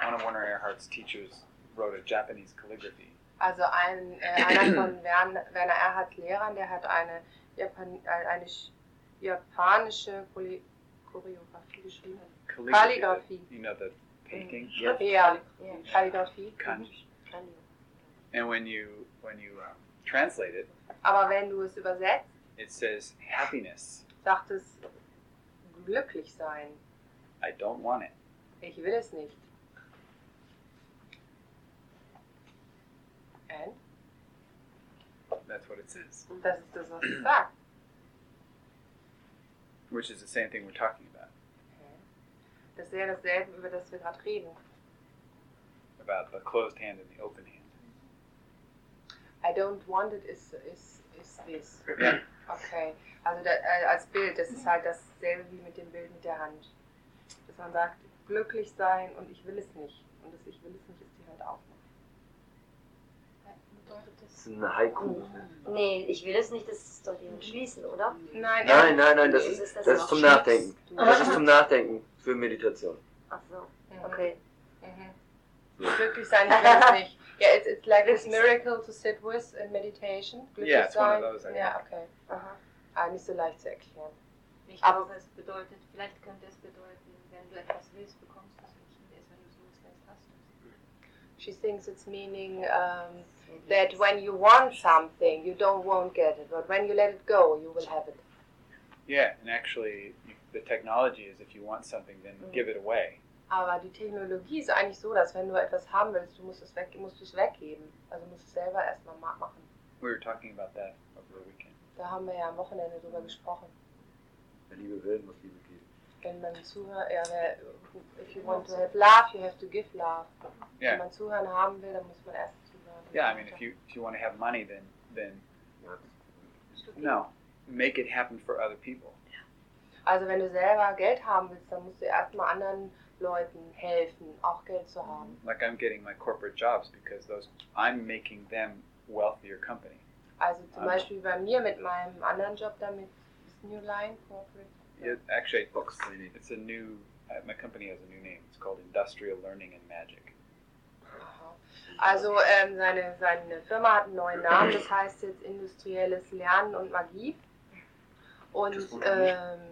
[SPEAKER 1] one of Werner Erhard's teachers wrote a Japanese calligraphy.
[SPEAKER 2] Also ein, äh, einer von Werner, Werner Erhards Lehrern, der hat eine, Japan, äh, eine sch- japanische Chole- Choreografie geschrieben. Calligraphy.
[SPEAKER 1] You know the painting.
[SPEAKER 2] Ja,
[SPEAKER 4] Ja.
[SPEAKER 2] Kalligrafie.
[SPEAKER 1] Kanji.
[SPEAKER 4] Kann ich.
[SPEAKER 1] And when you when you um, translate it,
[SPEAKER 2] Aber wenn du es übersetzt,
[SPEAKER 1] it says happiness.
[SPEAKER 2] sagt es glücklich sein.
[SPEAKER 1] I don't want it.
[SPEAKER 2] Ich will es nicht. And?
[SPEAKER 1] That's what it says.
[SPEAKER 2] Und das ist das, was es sagt.
[SPEAKER 1] Which is the same thing we're talking about.
[SPEAKER 2] Das wäre dasselbe, über das wir gerade reden.
[SPEAKER 1] About the closed hand and the open hand.
[SPEAKER 2] I don't want it is, is, is this.
[SPEAKER 1] Ja.
[SPEAKER 2] Okay, also da, äh, als Bild, das ist halt dasselbe wie mit dem Bild mit der Hand. Dass man sagt, glücklich sein und ich will es nicht. Und das Ich will es nicht ist die Hand aufmachen.
[SPEAKER 8] Bedeutet das
[SPEAKER 5] Das ist ein Haiku.
[SPEAKER 2] Oh.
[SPEAKER 4] Nee, ich will es nicht, das ist doch eben schließen, oder?
[SPEAKER 2] Nein,
[SPEAKER 5] Nein, nein, nein, das
[SPEAKER 4] Nee,
[SPEAKER 5] ist,
[SPEAKER 4] ist das
[SPEAKER 5] das ist
[SPEAKER 4] noch
[SPEAKER 5] zum
[SPEAKER 4] Schnaps?
[SPEAKER 5] Nachdenken. Das ist zum Nachdenken für Meditation.
[SPEAKER 4] Ach so,
[SPEAKER 2] nein.
[SPEAKER 4] okay.
[SPEAKER 2] Mhm. Glücklich sein, ich will es nicht. Ja, it's, it's like this miracle to sit with in meditation. Glücklich
[SPEAKER 1] Yeah, it's one of those,
[SPEAKER 2] sein.
[SPEAKER 1] I
[SPEAKER 2] ja, okay.
[SPEAKER 4] Aha.
[SPEAKER 2] Ah, nicht so leicht zu erklären.
[SPEAKER 8] nicht, aber was es bedeutet? Vielleicht könnte es bedeuten, wenn du etwas willst, bekommst du es nicht. Und erst wenn du es loslässt, hast du es.
[SPEAKER 2] She thinks it's meaning um, that when you want something, you don't won't get it, but when you let it go, you will have it.
[SPEAKER 1] Yeah, and actually, you- the technology is if you want something, then give it away.
[SPEAKER 2] Aber die Technologie ist eigentlich so, dass wenn du etwas haben willst, du musst es, weg, musst du es weggeben. Also musst du es selber erstmal ma- machen.
[SPEAKER 1] We were talking about that over the weekend.
[SPEAKER 2] Da haben wir ja am Wochenende drüber gesprochen.
[SPEAKER 5] Wer Liebe will, muss Liebe geben.
[SPEAKER 2] Wenn man zuhört, ja, wer- if you want to have love, you have to give love. Wenn
[SPEAKER 1] Yeah,
[SPEAKER 2] man zuhören haben will, dann muss man erst zuhören.
[SPEAKER 1] yeah. I mean, if you if you want to have money, then then
[SPEAKER 5] Ja.
[SPEAKER 1] no, make it happen for other people.
[SPEAKER 2] Also wenn du selber Geld haben willst, dann musst du erstmal anderen Leuten helfen, auch Geld zu haben.
[SPEAKER 1] Like I'm getting my corporate jobs because those I'm making them wealthier company.
[SPEAKER 2] Also zum
[SPEAKER 1] Ah.
[SPEAKER 2] Beispiel bei mir mit meinem anderen Job damit, ist New Line Corporate.
[SPEAKER 1] It, actually,
[SPEAKER 5] Box Training.
[SPEAKER 1] it's a new. Uh, my company has a new name. It's called Industrial Learning and Magic.
[SPEAKER 2] Aha. Also ähm, seine, seine Firma hat einen neuen Namen, das heißt jetzt industrielles Lernen und Magie. Und,
[SPEAKER 1] Das wundert mich.
[SPEAKER 2] ähm,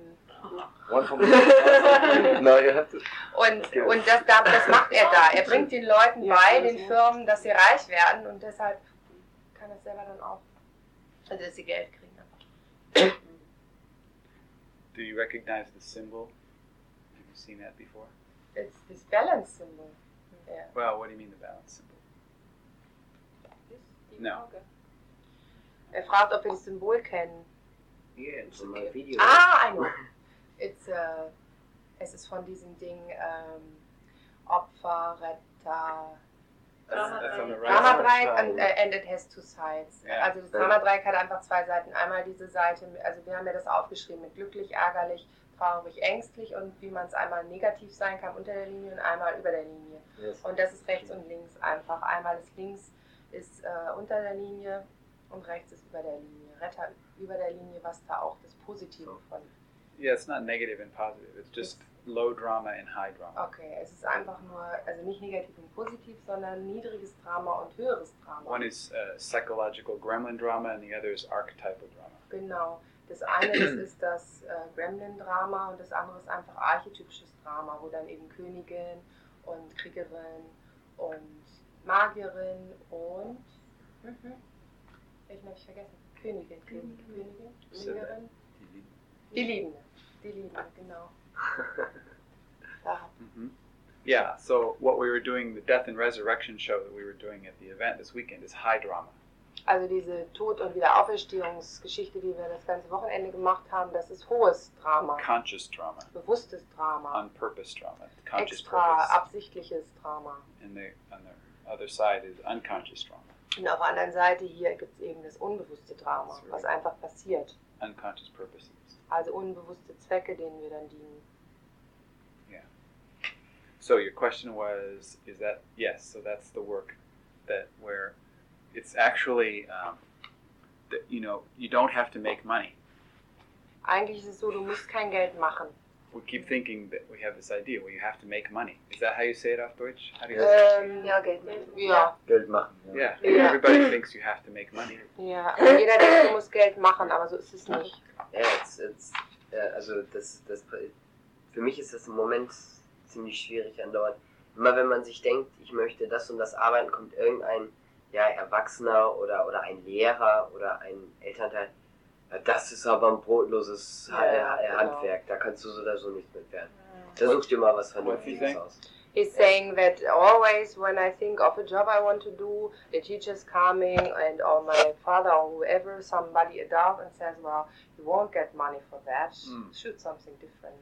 [SPEAKER 5] One from No, you have to.
[SPEAKER 2] und,
[SPEAKER 5] Okay.
[SPEAKER 2] und das, da- das macht er da. Er bringt den Leuten
[SPEAKER 7] Ja,
[SPEAKER 2] bei,
[SPEAKER 7] alles
[SPEAKER 2] den
[SPEAKER 7] gut.
[SPEAKER 2] Firmen, dass sie reich werden und deshalb kann er selber dann auch, also dass sie Geld kriegen.
[SPEAKER 1] Do you recognize the symbol? Have you seen that before?
[SPEAKER 2] It's this balance symbol. Yeah.
[SPEAKER 1] Well, what do you mean the balance symbol? No.
[SPEAKER 2] Er fragt, ob wir das Symbol kennen.
[SPEAKER 5] Yeah, it's in my video.
[SPEAKER 2] Ah, I know. It's, äh, es ist von diesem Ding ähm, Opfer, Retter.
[SPEAKER 1] That's, that's on the right.
[SPEAKER 5] Drama-
[SPEAKER 1] side.
[SPEAKER 2] Dramadreieck
[SPEAKER 5] Seite.
[SPEAKER 2] and, äh, and it has two sides.
[SPEAKER 1] Ja.
[SPEAKER 2] Also das
[SPEAKER 5] Ja.
[SPEAKER 2] Dramadreieck hat einfach zwei Seiten. Einmal diese Seite, also wir haben ja das aufgeschrieben mit glücklich, ärgerlich, traurig, ängstlich und wie man es einmal negativ sein kann unter der Linie und einmal über der Linie.
[SPEAKER 5] Yes.
[SPEAKER 2] Und das ist rechts und links einfach. Einmal ist links ist äh, unter der Linie und rechts ist über der Linie. Retter über der Linie, was da auch das Positive von.
[SPEAKER 1] Yeah, it's not negative and positive. It's just low drama and high drama.
[SPEAKER 2] Okay, es ist einfach nur, also nicht negativ und positiv, sondern niedriges Drama und höheres
[SPEAKER 5] Oh.
[SPEAKER 2] Drama.
[SPEAKER 1] One is uh, psychological gremlin drama, and the other is archetypal drama.
[SPEAKER 2] Genau. Das eine das ist das äh, Gremlin-Drama und das andere ist einfach archetypisches Drama, wo dann eben Königin und Kriegerin und Magierin und. Mhm. Welchen habe ich vergessen? Königin. Königin. Königin.
[SPEAKER 1] So
[SPEAKER 2] Kriegerin. Die Liebende. Die Liebende, genau. Da.
[SPEAKER 1] hmm Yeah. So what we were doing, the death and resurrection show that we were doing at the event this weekend, is high drama.
[SPEAKER 2] Also diese Tod- und Wiederauferstehungsgeschichte, die wir das ganze Wochenende gemacht haben, das ist hohes Drama,
[SPEAKER 1] conscious drama,
[SPEAKER 2] bewusstes Drama,
[SPEAKER 1] on purpose drama, conscious
[SPEAKER 2] extra
[SPEAKER 5] uh,
[SPEAKER 1] purpose,
[SPEAKER 2] absichtliches Drama.
[SPEAKER 1] and the on the other side is unconscious drama,
[SPEAKER 2] Und auf der anderen Seite hier gibt es eben das unbewusste Drama,
[SPEAKER 1] That's right.
[SPEAKER 2] was einfach passiert.
[SPEAKER 1] unconscious purposes.
[SPEAKER 2] Also unbewusste Zwecke, denen wir dann dienen.
[SPEAKER 1] So your question was, is that yes? So that's the work that where it's actually um, that you know you don't have to make money.
[SPEAKER 2] Eigentlich ist es so, du musst kein Geld machen.
[SPEAKER 1] We keep thinking that we have this idea where you have to make money. Is that how you say it off Deutsch? How do you
[SPEAKER 2] Ähm,
[SPEAKER 4] Ja, Geld.
[SPEAKER 2] ja.
[SPEAKER 5] Geld machen.
[SPEAKER 1] Yeah,
[SPEAKER 2] Yeah.
[SPEAKER 1] everybody thinks you have to make money.
[SPEAKER 2] ja. Und jeder denkt, du musst Geld machen, aber so ist es nicht.
[SPEAKER 5] Ja, jetzt, jetzt, ja, also das, das, für mich ist das im Moment ziemlich schwierig andauernd. Immer wenn man sich denkt, ich möchte das und das arbeiten, kommt irgendein ja, Erwachsener oder, oder ein Lehrer oder ein Elternteil. Ja, das ist aber ein brotloses Ha-
[SPEAKER 2] Ja,
[SPEAKER 5] Ha-
[SPEAKER 2] genau.
[SPEAKER 5] Handwerk, da kannst du so oder so nichts mit werden. Da such dir mal was
[SPEAKER 1] What do you
[SPEAKER 5] Vernünftiges
[SPEAKER 1] think?
[SPEAKER 5] aus.
[SPEAKER 2] He's saying that always when I think of a job I want to do, the teacher's coming and or my father or whoever, somebody adult, and says, "Well, you won't get money for that.
[SPEAKER 1] Mm.
[SPEAKER 2] Shoot something different."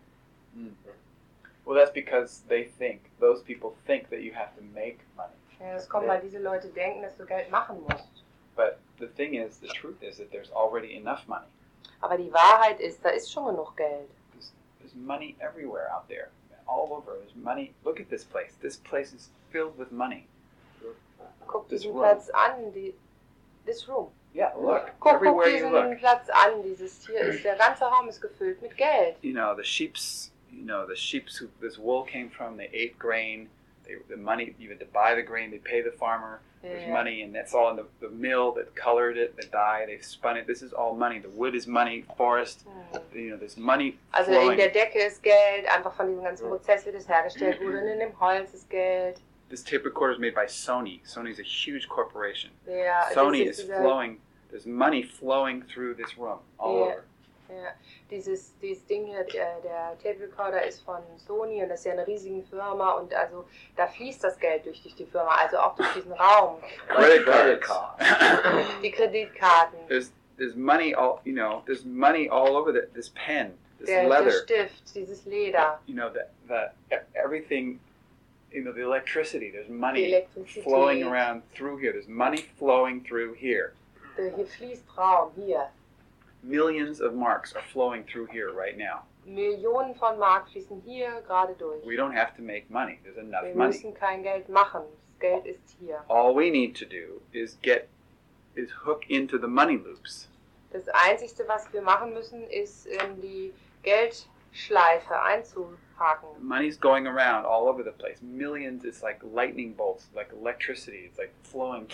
[SPEAKER 1] Well, that's because they think, those people think that you have to make money.
[SPEAKER 2] Ja, das kommt, weil halt diese Leute denken, dass du Geld machen musst.
[SPEAKER 1] But the thing is, the truth is that there's already enough money.
[SPEAKER 2] Aber die Wahrheit ist, da ist schon genug Geld.
[SPEAKER 1] There's, there's money everywhere out there, all over. There's money. Look at this place. This place is filled with money.
[SPEAKER 2] Guck
[SPEAKER 1] This
[SPEAKER 2] diesen
[SPEAKER 1] room.
[SPEAKER 2] Platz an, die, this room.
[SPEAKER 1] Yeah, look.
[SPEAKER 2] Guck, guck
[SPEAKER 1] everywhere you
[SPEAKER 2] diesen
[SPEAKER 1] look.
[SPEAKER 2] Platz an, dieses hier ist, der ganze Raum ist gefüllt mit Geld.
[SPEAKER 1] You know, the sheep's, you know, the sheep's who this wool came from, they ate grain. They, the money, you had to buy the grain, they pay the farmer. There's
[SPEAKER 2] Ja.
[SPEAKER 1] money, and that's all in the, the mill that colored it, the dye, they spun it. This is all money. The wood is money, forest,
[SPEAKER 2] Hm.
[SPEAKER 1] you know, there's money
[SPEAKER 2] Also in
[SPEAKER 1] flowing.
[SPEAKER 2] der Decke ist Geld, einfach von diesem ganzen
[SPEAKER 5] Ja.
[SPEAKER 2] Prozess, wie das hergestellt wurde, und in dem Holz ist Geld.
[SPEAKER 1] This tape recorder is made by Sony. Sony is a huge corporation.
[SPEAKER 2] Ja, das
[SPEAKER 1] Sony
[SPEAKER 2] ist
[SPEAKER 1] is
[SPEAKER 2] dieser-
[SPEAKER 1] flowing. There's money flowing through this room all
[SPEAKER 2] Yeah.
[SPEAKER 1] over.
[SPEAKER 2] Ja, dieses, dieses Ding hier, äh, der Tape Recorder ist von Sony und das ist ja eine riesige Firma und also da fließt das Geld durch, durch die Firma, also auch durch diesen Raum.
[SPEAKER 1] Credit
[SPEAKER 5] Credit
[SPEAKER 1] cards.
[SPEAKER 2] Die Kreditkarten,
[SPEAKER 1] There's there's money all you know. There's money all over the, this pen, this
[SPEAKER 2] der, der
[SPEAKER 1] leather.
[SPEAKER 2] Stift, dieses Leder,
[SPEAKER 1] You know the the e- everything. You know the electricity. There's
[SPEAKER 2] die
[SPEAKER 1] money
[SPEAKER 2] Elektrizität.
[SPEAKER 1] flowing around through here. There's money flowing through here.
[SPEAKER 2] Der, Äh, hier fließt Raum, hier.
[SPEAKER 1] Millions of marks are flowing through here right now.
[SPEAKER 2] Millionen von Mark fließen hier gerade durch.
[SPEAKER 1] We don't have to make money. There's enough
[SPEAKER 2] Wir
[SPEAKER 1] money.
[SPEAKER 2] müssen kein Geld machen, das Geld ist hier.
[SPEAKER 1] All we need to do is get is hook into the money loops.
[SPEAKER 2] Das Einzige, was wir machen müssen, ist in die Geldschleife einzuhaken.
[SPEAKER 1] Money's going around all over the place. Millions, it's like lightning bolts, like electricity. It's like flowing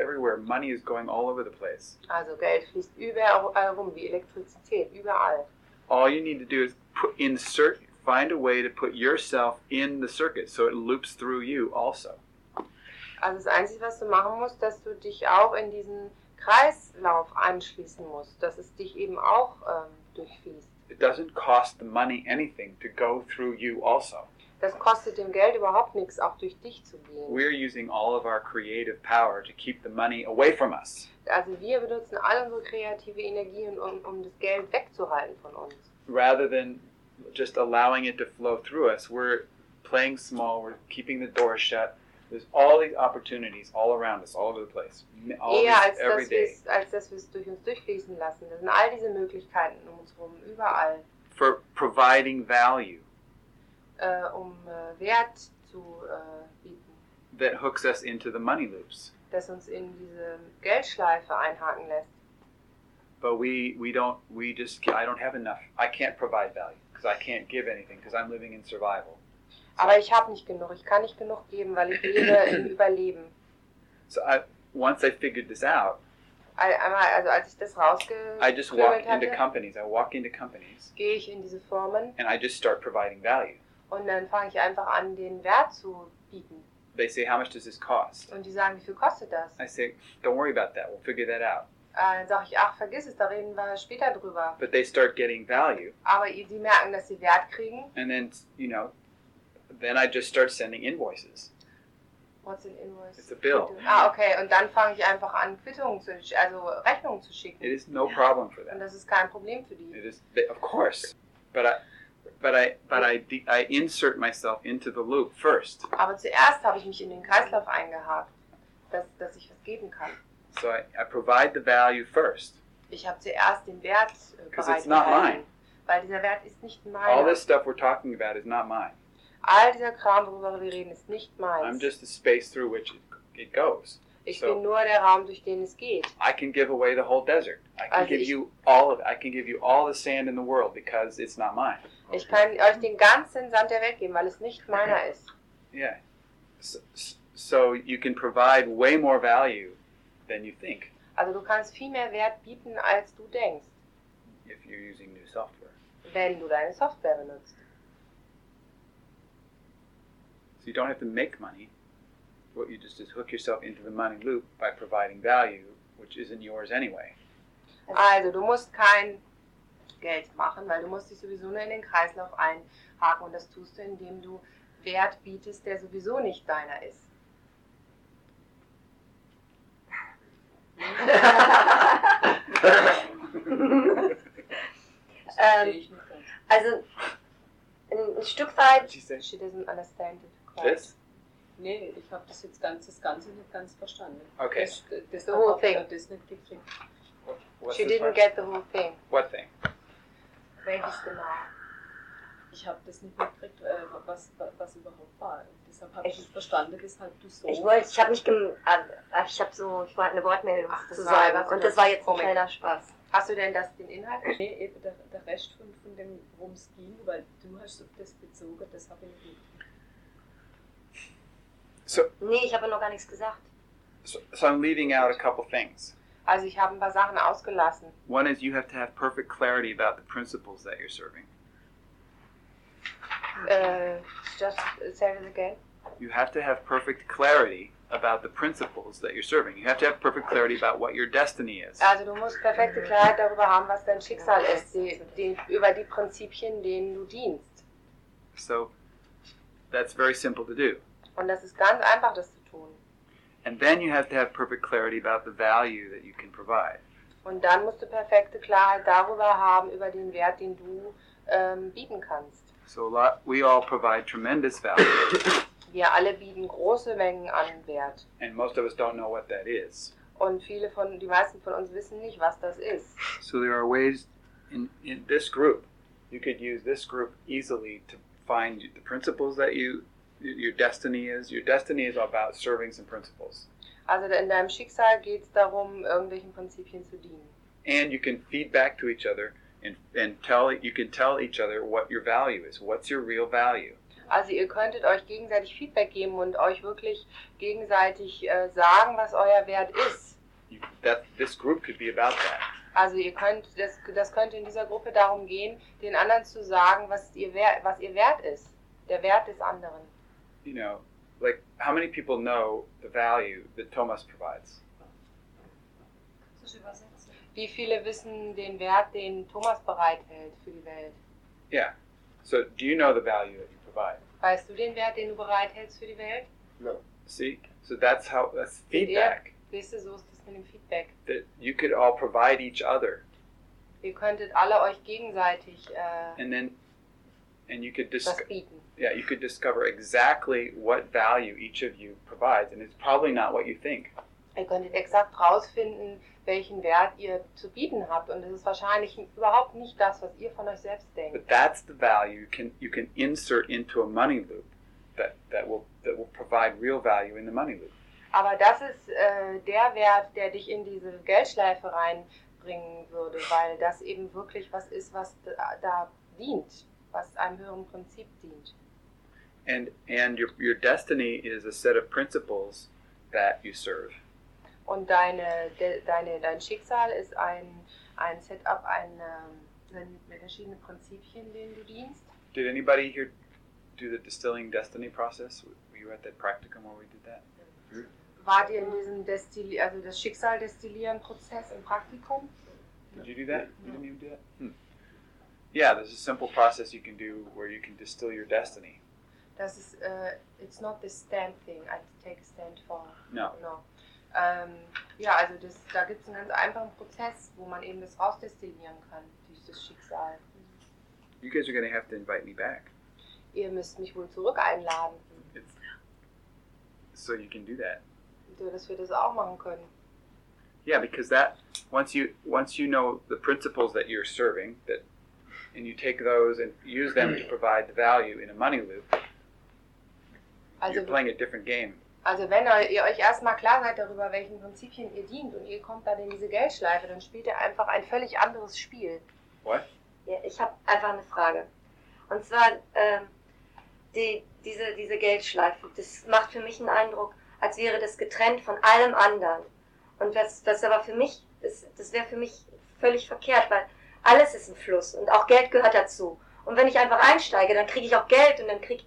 [SPEAKER 1] everywhere. Money is going all over the place.
[SPEAKER 2] Also Geld fließt überall äh, rum, wie Elektrizität, überall.
[SPEAKER 1] All you need to do is put insert find a way to put yourself in the circuit so it loops through you also.
[SPEAKER 2] Also das Einzige, was du machen musst, dass du dich auch in diesen Kreislauf anschließen musst, dass es dich eben auch ähm, durchfließt.
[SPEAKER 1] It doesn't cost the money anything to go through you also.
[SPEAKER 2] Das kostet dem Geld überhaupt nichts, auch durch dich zu gehen.
[SPEAKER 1] We're using all of our creative power to keep the money away from us.
[SPEAKER 2] Also wir benutzen all unsere kreative Energie, um, um das Geld wegzuhalten von uns.
[SPEAKER 1] rather than just allowing it to flow through us, we're playing small, we're keeping the door shut. There's all these opportunities all around us, all over the place, m- all
[SPEAKER 2] Eher
[SPEAKER 1] these,
[SPEAKER 2] als
[SPEAKER 1] every
[SPEAKER 2] dass,
[SPEAKER 1] day.
[SPEAKER 2] wir's, als dass wir es durch uns durchfließen lassen. Da sind all diese Möglichkeiten um uns herum, überall,
[SPEAKER 1] For providing value
[SPEAKER 2] äh, um äh, Wert zu äh, bieten,
[SPEAKER 1] that hooks us into the money loops.
[SPEAKER 2] das uns in diese Geldschleife einhaken lässt.
[SPEAKER 1] But we, we don't, we just, I don't have enough. I can't provide value because I can't give anything because I'm living in survival.
[SPEAKER 2] Aber ich habe nicht genug, ich kann nicht genug geben, weil ich lebe im Überleben.
[SPEAKER 1] So I, once I figured this out,
[SPEAKER 2] All- Einmal, also als ich das Mm,
[SPEAKER 1] I just walk
[SPEAKER 2] rausgeklümmelt
[SPEAKER 1] into
[SPEAKER 2] hatte,
[SPEAKER 1] companies. I walk into companies
[SPEAKER 2] gehe ich in diese Firmen
[SPEAKER 1] and I just start providing value.
[SPEAKER 2] und dann fange ich einfach an, den Wert zu bieten.
[SPEAKER 1] They say, how much does this cost?
[SPEAKER 2] Und die sagen, wie viel kostet das? Äh,
[SPEAKER 1] I say, don't worry about that. We'll figure that out.
[SPEAKER 2] dann sage ich, ach, vergiss es, da reden wir später drüber.
[SPEAKER 1] But they start getting value,
[SPEAKER 2] Aber ihr- die merken, dass sie Wert kriegen
[SPEAKER 1] and then you know, then I just start sending invoices.
[SPEAKER 2] What's an invoice?
[SPEAKER 1] It's a bill.
[SPEAKER 2] Ah, okay. Und dann fange ich einfach an, Quittungen zu, sch- also Rechnungen zu schicken.
[SPEAKER 1] It is no problem for
[SPEAKER 2] Und
[SPEAKER 1] them.
[SPEAKER 2] das ist kein Problem für die.
[SPEAKER 1] It is, they- of course, but I, but I, but I, de- I insert myself into the loop first.
[SPEAKER 2] Aber zuerst habe ich mich in den Kreislauf eingehakt, dass, dass ich was geben kann.
[SPEAKER 1] So I, I provide the value first.
[SPEAKER 2] Ich habe zuerst den Wert äh,
[SPEAKER 1] 'Cause it's not
[SPEAKER 2] bereitgehalten. Weil dieser Wert ist nicht
[SPEAKER 1] All
[SPEAKER 2] mein.
[SPEAKER 1] this stuff we're talking about is not mine.
[SPEAKER 2] All dieser Kram, worüber wir reden, ist nicht
[SPEAKER 1] I'm
[SPEAKER 2] meins.
[SPEAKER 1] just the space through which it, it goes.
[SPEAKER 2] Ich
[SPEAKER 1] so-
[SPEAKER 2] bin nur der Raum, durch den es geht.
[SPEAKER 1] I can give away the whole desert. I can
[SPEAKER 2] Also
[SPEAKER 1] give
[SPEAKER 2] ich-
[SPEAKER 1] you all of. I can give you all the sand in the world because it's not mine.
[SPEAKER 2] Ich kann euch den ganzen Sand der Welt geben, weil es nicht meiner ist.
[SPEAKER 1] Yeah. So, so you can provide way more value than you think
[SPEAKER 2] Also du kannst viel mehr Wert bieten, als du denkst,
[SPEAKER 1] if you're using new software.
[SPEAKER 2] wenn du deine Software benutzt.
[SPEAKER 1] So you don't have to make money. What you just is hook yourself into the money loop by providing value, which isn't yours anyway.
[SPEAKER 2] Also, du musst kein Geld machen, weil du musst dich sowieso nur in den Kreislauf einhaken und das tust du, indem du Wert bietest, der sowieso nicht deiner ist.
[SPEAKER 7] Das
[SPEAKER 2] Ähm,
[SPEAKER 7] verstehe ich nicht ganz.
[SPEAKER 4] Also ein ein Stück weit,
[SPEAKER 1] She said.
[SPEAKER 2] She doesn't understand it.
[SPEAKER 1] This?
[SPEAKER 7] Nee, ich habe das jetzt ganz, das Ganze nicht ganz verstanden.
[SPEAKER 1] Okay.
[SPEAKER 7] Das, das
[SPEAKER 2] The whole
[SPEAKER 7] hab ich
[SPEAKER 2] thing.
[SPEAKER 7] das nicht gekriegt.
[SPEAKER 1] What's
[SPEAKER 2] She
[SPEAKER 1] this
[SPEAKER 2] didn't
[SPEAKER 1] part?
[SPEAKER 2] get the whole thing.
[SPEAKER 1] What thing?
[SPEAKER 4] welches genau?
[SPEAKER 7] Ich habe das nicht mitgekriegt, äh, was, was überhaupt war. Deshalb habe ich
[SPEAKER 4] Ich-
[SPEAKER 7] nicht verstanden, weshalb du so.
[SPEAKER 4] Ich wollte, ich habe mich, gem äh, ich habe so, ich wollte eine Wortmeldung
[SPEAKER 2] Ach, das
[SPEAKER 4] zu
[SPEAKER 2] war
[SPEAKER 4] sagen
[SPEAKER 2] einfach so
[SPEAKER 4] und
[SPEAKER 2] eine
[SPEAKER 4] das war jetzt ein
[SPEAKER 2] Komik.
[SPEAKER 4] kleiner Spaß.
[SPEAKER 2] Hast du denn das, den Inhalt?
[SPEAKER 7] Nee, eben der, der Rest von, von dem, worum es ging, weil du hast auf das bezogen, das habe ich nicht.
[SPEAKER 1] So,
[SPEAKER 4] Nee, ich habe noch gar nichts gesagt.
[SPEAKER 1] so, so I'm leaving out a couple things.
[SPEAKER 2] Also ich habe ein paar Sachen ausgelassen.
[SPEAKER 1] One is you have to have perfect clarity about the principles that you're serving.
[SPEAKER 2] Äh, just say it again.
[SPEAKER 1] You have to have perfect clarity about the principles that you're serving. You have to have perfect clarity about what your destiny is.
[SPEAKER 2] Also du musst perfekte Klarheit darüber haben, was dein Schicksal ist, die, die, über die Prinzipien, denen du dienst.
[SPEAKER 1] So that's very simple to do.
[SPEAKER 2] Und das ist ganz einfach, das zu tun.
[SPEAKER 1] And then you have to have perfect clarity about the value that you can provide.
[SPEAKER 2] Und dann musst du perfekte Klarheit darüber haben, über den Wert, den du ähm, bieten kannst.
[SPEAKER 1] So a lot we all provide tremendous value
[SPEAKER 2] Wir alle bieten große Mengen an Wert.
[SPEAKER 1] and most of us don't know what that is.
[SPEAKER 2] Und viele von, die meisten von uns wissen nicht, was das ist.
[SPEAKER 1] So there are ways in, in this group, you could use this group easily to find the principles that you your destiny is. Your destiny is about serving some principles.
[SPEAKER 2] Also in deinem Schicksal geht es darum, irgendwelchen Prinzipien zu dienen.
[SPEAKER 1] And you can feed back to each other and, and tell you can tell each other what your value is. What's your real value?
[SPEAKER 2] Also ihr könntet euch gegenseitig Feedback geben und euch wirklich gegenseitig äh, sagen, was euer Wert ist.
[SPEAKER 1] You, that this group could be about that.
[SPEAKER 2] Also ihr könnt, das, das könnte in dieser Gruppe darum gehen, den anderen zu sagen, was ihr, Wert, was ihr Wert ist. Der Wert des anderen.
[SPEAKER 1] You know, like how many people know the value that Thomas provides?
[SPEAKER 8] Das ist übersetzt.
[SPEAKER 2] Wie viele wissen den Wert, den Thomas bereithält für die Welt?
[SPEAKER 1] Yeah. So do you know the value that you provide?
[SPEAKER 2] Weißt du den Wert, den du bereithältst für die Welt?
[SPEAKER 1] See? So that's how that's
[SPEAKER 2] Yeah.
[SPEAKER 1] feedback
[SPEAKER 2] Siehst du, so ist das mit dem Feedback.
[SPEAKER 1] that you could all provide each other
[SPEAKER 2] Ihr könntet alle euch gegenseitig äh,
[SPEAKER 1] and then and you could dis-
[SPEAKER 2] was bieten.
[SPEAKER 1] yeah, you could discover exactly what value each of you provides and it's probably not what you think.
[SPEAKER 2] Ihr könntet exakt rausfinden, welchen Wert ihr zu bieten habt. Und es ist wahrscheinlich überhaupt nicht das, was ihr von euch selbst denkt.
[SPEAKER 1] But that's the value you can you can insert into a money loop that, that will that will provide real value in the money loop.
[SPEAKER 2] Aber das ist äh, der Wert, der dich in diese Geldschleife reinbringen würde, weil das eben wirklich was ist, was da, da dient, was einem höheren Prinzip dient.
[SPEAKER 1] And and your your destiny is a set of principles that you serve.
[SPEAKER 2] Und deine, de, deine, dein Schicksal ist ein, ein Setup, ein, ähm, sind verschiedene Prinzipien, denen du dienst.
[SPEAKER 1] Did anybody here do the distilling destiny process? Were you at that practicum where we did that?
[SPEAKER 2] Wart ihr in diesem Destilli also das Schicksal destillieren Prozess im Praktikum?
[SPEAKER 1] Did you do that? You didn't even do that? Hmm. Yeah, there's a simple process you can do where you can distill your destiny.
[SPEAKER 2] Das ist, äh, it's not this stand thing, I take a stand for.
[SPEAKER 1] No.
[SPEAKER 2] No. Ähm, ja, also das, da gibt es einen ganz einfachen Prozess, wo man eben das rausdestillieren kann, dieses Schicksal.
[SPEAKER 1] You guys are going to have to invite me back.
[SPEAKER 2] Ihr müsst mich wohl zurück einladen,
[SPEAKER 1] It's, so you can do that.
[SPEAKER 2] so dass wir das auch machen können.
[SPEAKER 1] Yeah, because that once you once you know the principles that you're serving that and you take those and use them to provide the value in a money loop,
[SPEAKER 2] Also,
[SPEAKER 1] you're playing a different game.
[SPEAKER 2] also wenn eu- ihr euch erstmal klar seid darüber, welchen Prinzipien ihr dient und ihr kommt dann in diese Geldschleife, dann spielt ihr einfach ein völlig anderes Spiel.
[SPEAKER 1] What?
[SPEAKER 4] Ja, ich habe einfach eine Frage. Und zwar ähm, die, diese, diese Geldschleife, das macht für mich einen Eindruck, als wäre das getrennt von allem anderen. Und das, das aber für mich, das, das wäre für mich völlig verkehrt, weil alles ist ein Fluss und auch Geld gehört dazu. Und wenn ich einfach einsteige, dann kriege ich auch Geld und dann kriege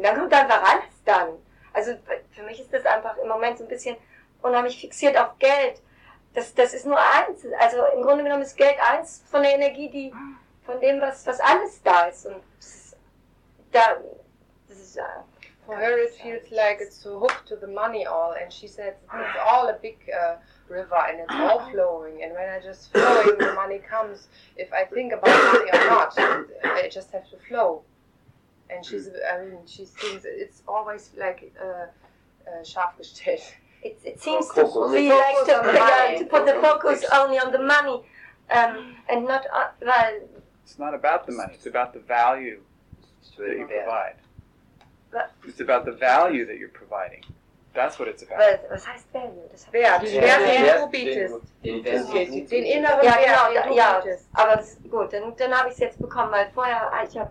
[SPEAKER 4] dann kommt einfach alles dann. Also für mich ist das einfach im Moment so ein bisschen unheimlich fixiert auf Geld. Das, das ist nur eins. Also im Grunde genommen ist Geld eins von der Energie, die, von dem, was, was alles da ist. Und das ist, da, das ist, äh,
[SPEAKER 2] For her, it feels like it's hooked to the money all, and she says it's all a big uh, river and it's all flowing. And when I just flowing, the money comes. If I think about money or not, I just have to flow. And she's, I mean, she thinks it's always like uh, uh, scharf gestellt.
[SPEAKER 4] it, it seems to
[SPEAKER 5] Focus.
[SPEAKER 4] be like to,
[SPEAKER 2] Focus on the money.
[SPEAKER 4] yeah, to put the focus only on the money um, and not on, well,
[SPEAKER 1] It's not about the money. It's about the value
[SPEAKER 5] Ich
[SPEAKER 1] that you
[SPEAKER 5] würde ja,
[SPEAKER 1] provide.
[SPEAKER 4] But-
[SPEAKER 1] It's about the value that you're providing. That's what it's about.
[SPEAKER 4] well, was heißt Value? Das hab ich-
[SPEAKER 2] Wert, Wert,
[SPEAKER 5] Ja, den
[SPEAKER 2] den du
[SPEAKER 5] Wert,
[SPEAKER 2] bietest.
[SPEAKER 5] den Wert,
[SPEAKER 2] Den,
[SPEAKER 5] den-
[SPEAKER 2] inneren
[SPEAKER 4] Ja,
[SPEAKER 2] Wert,
[SPEAKER 4] genau,
[SPEAKER 2] den du
[SPEAKER 4] ja.
[SPEAKER 2] bietest.
[SPEAKER 4] Aber das, gut, dann, dann habe ich es jetzt bekommen, weil vorher, ah, ich habe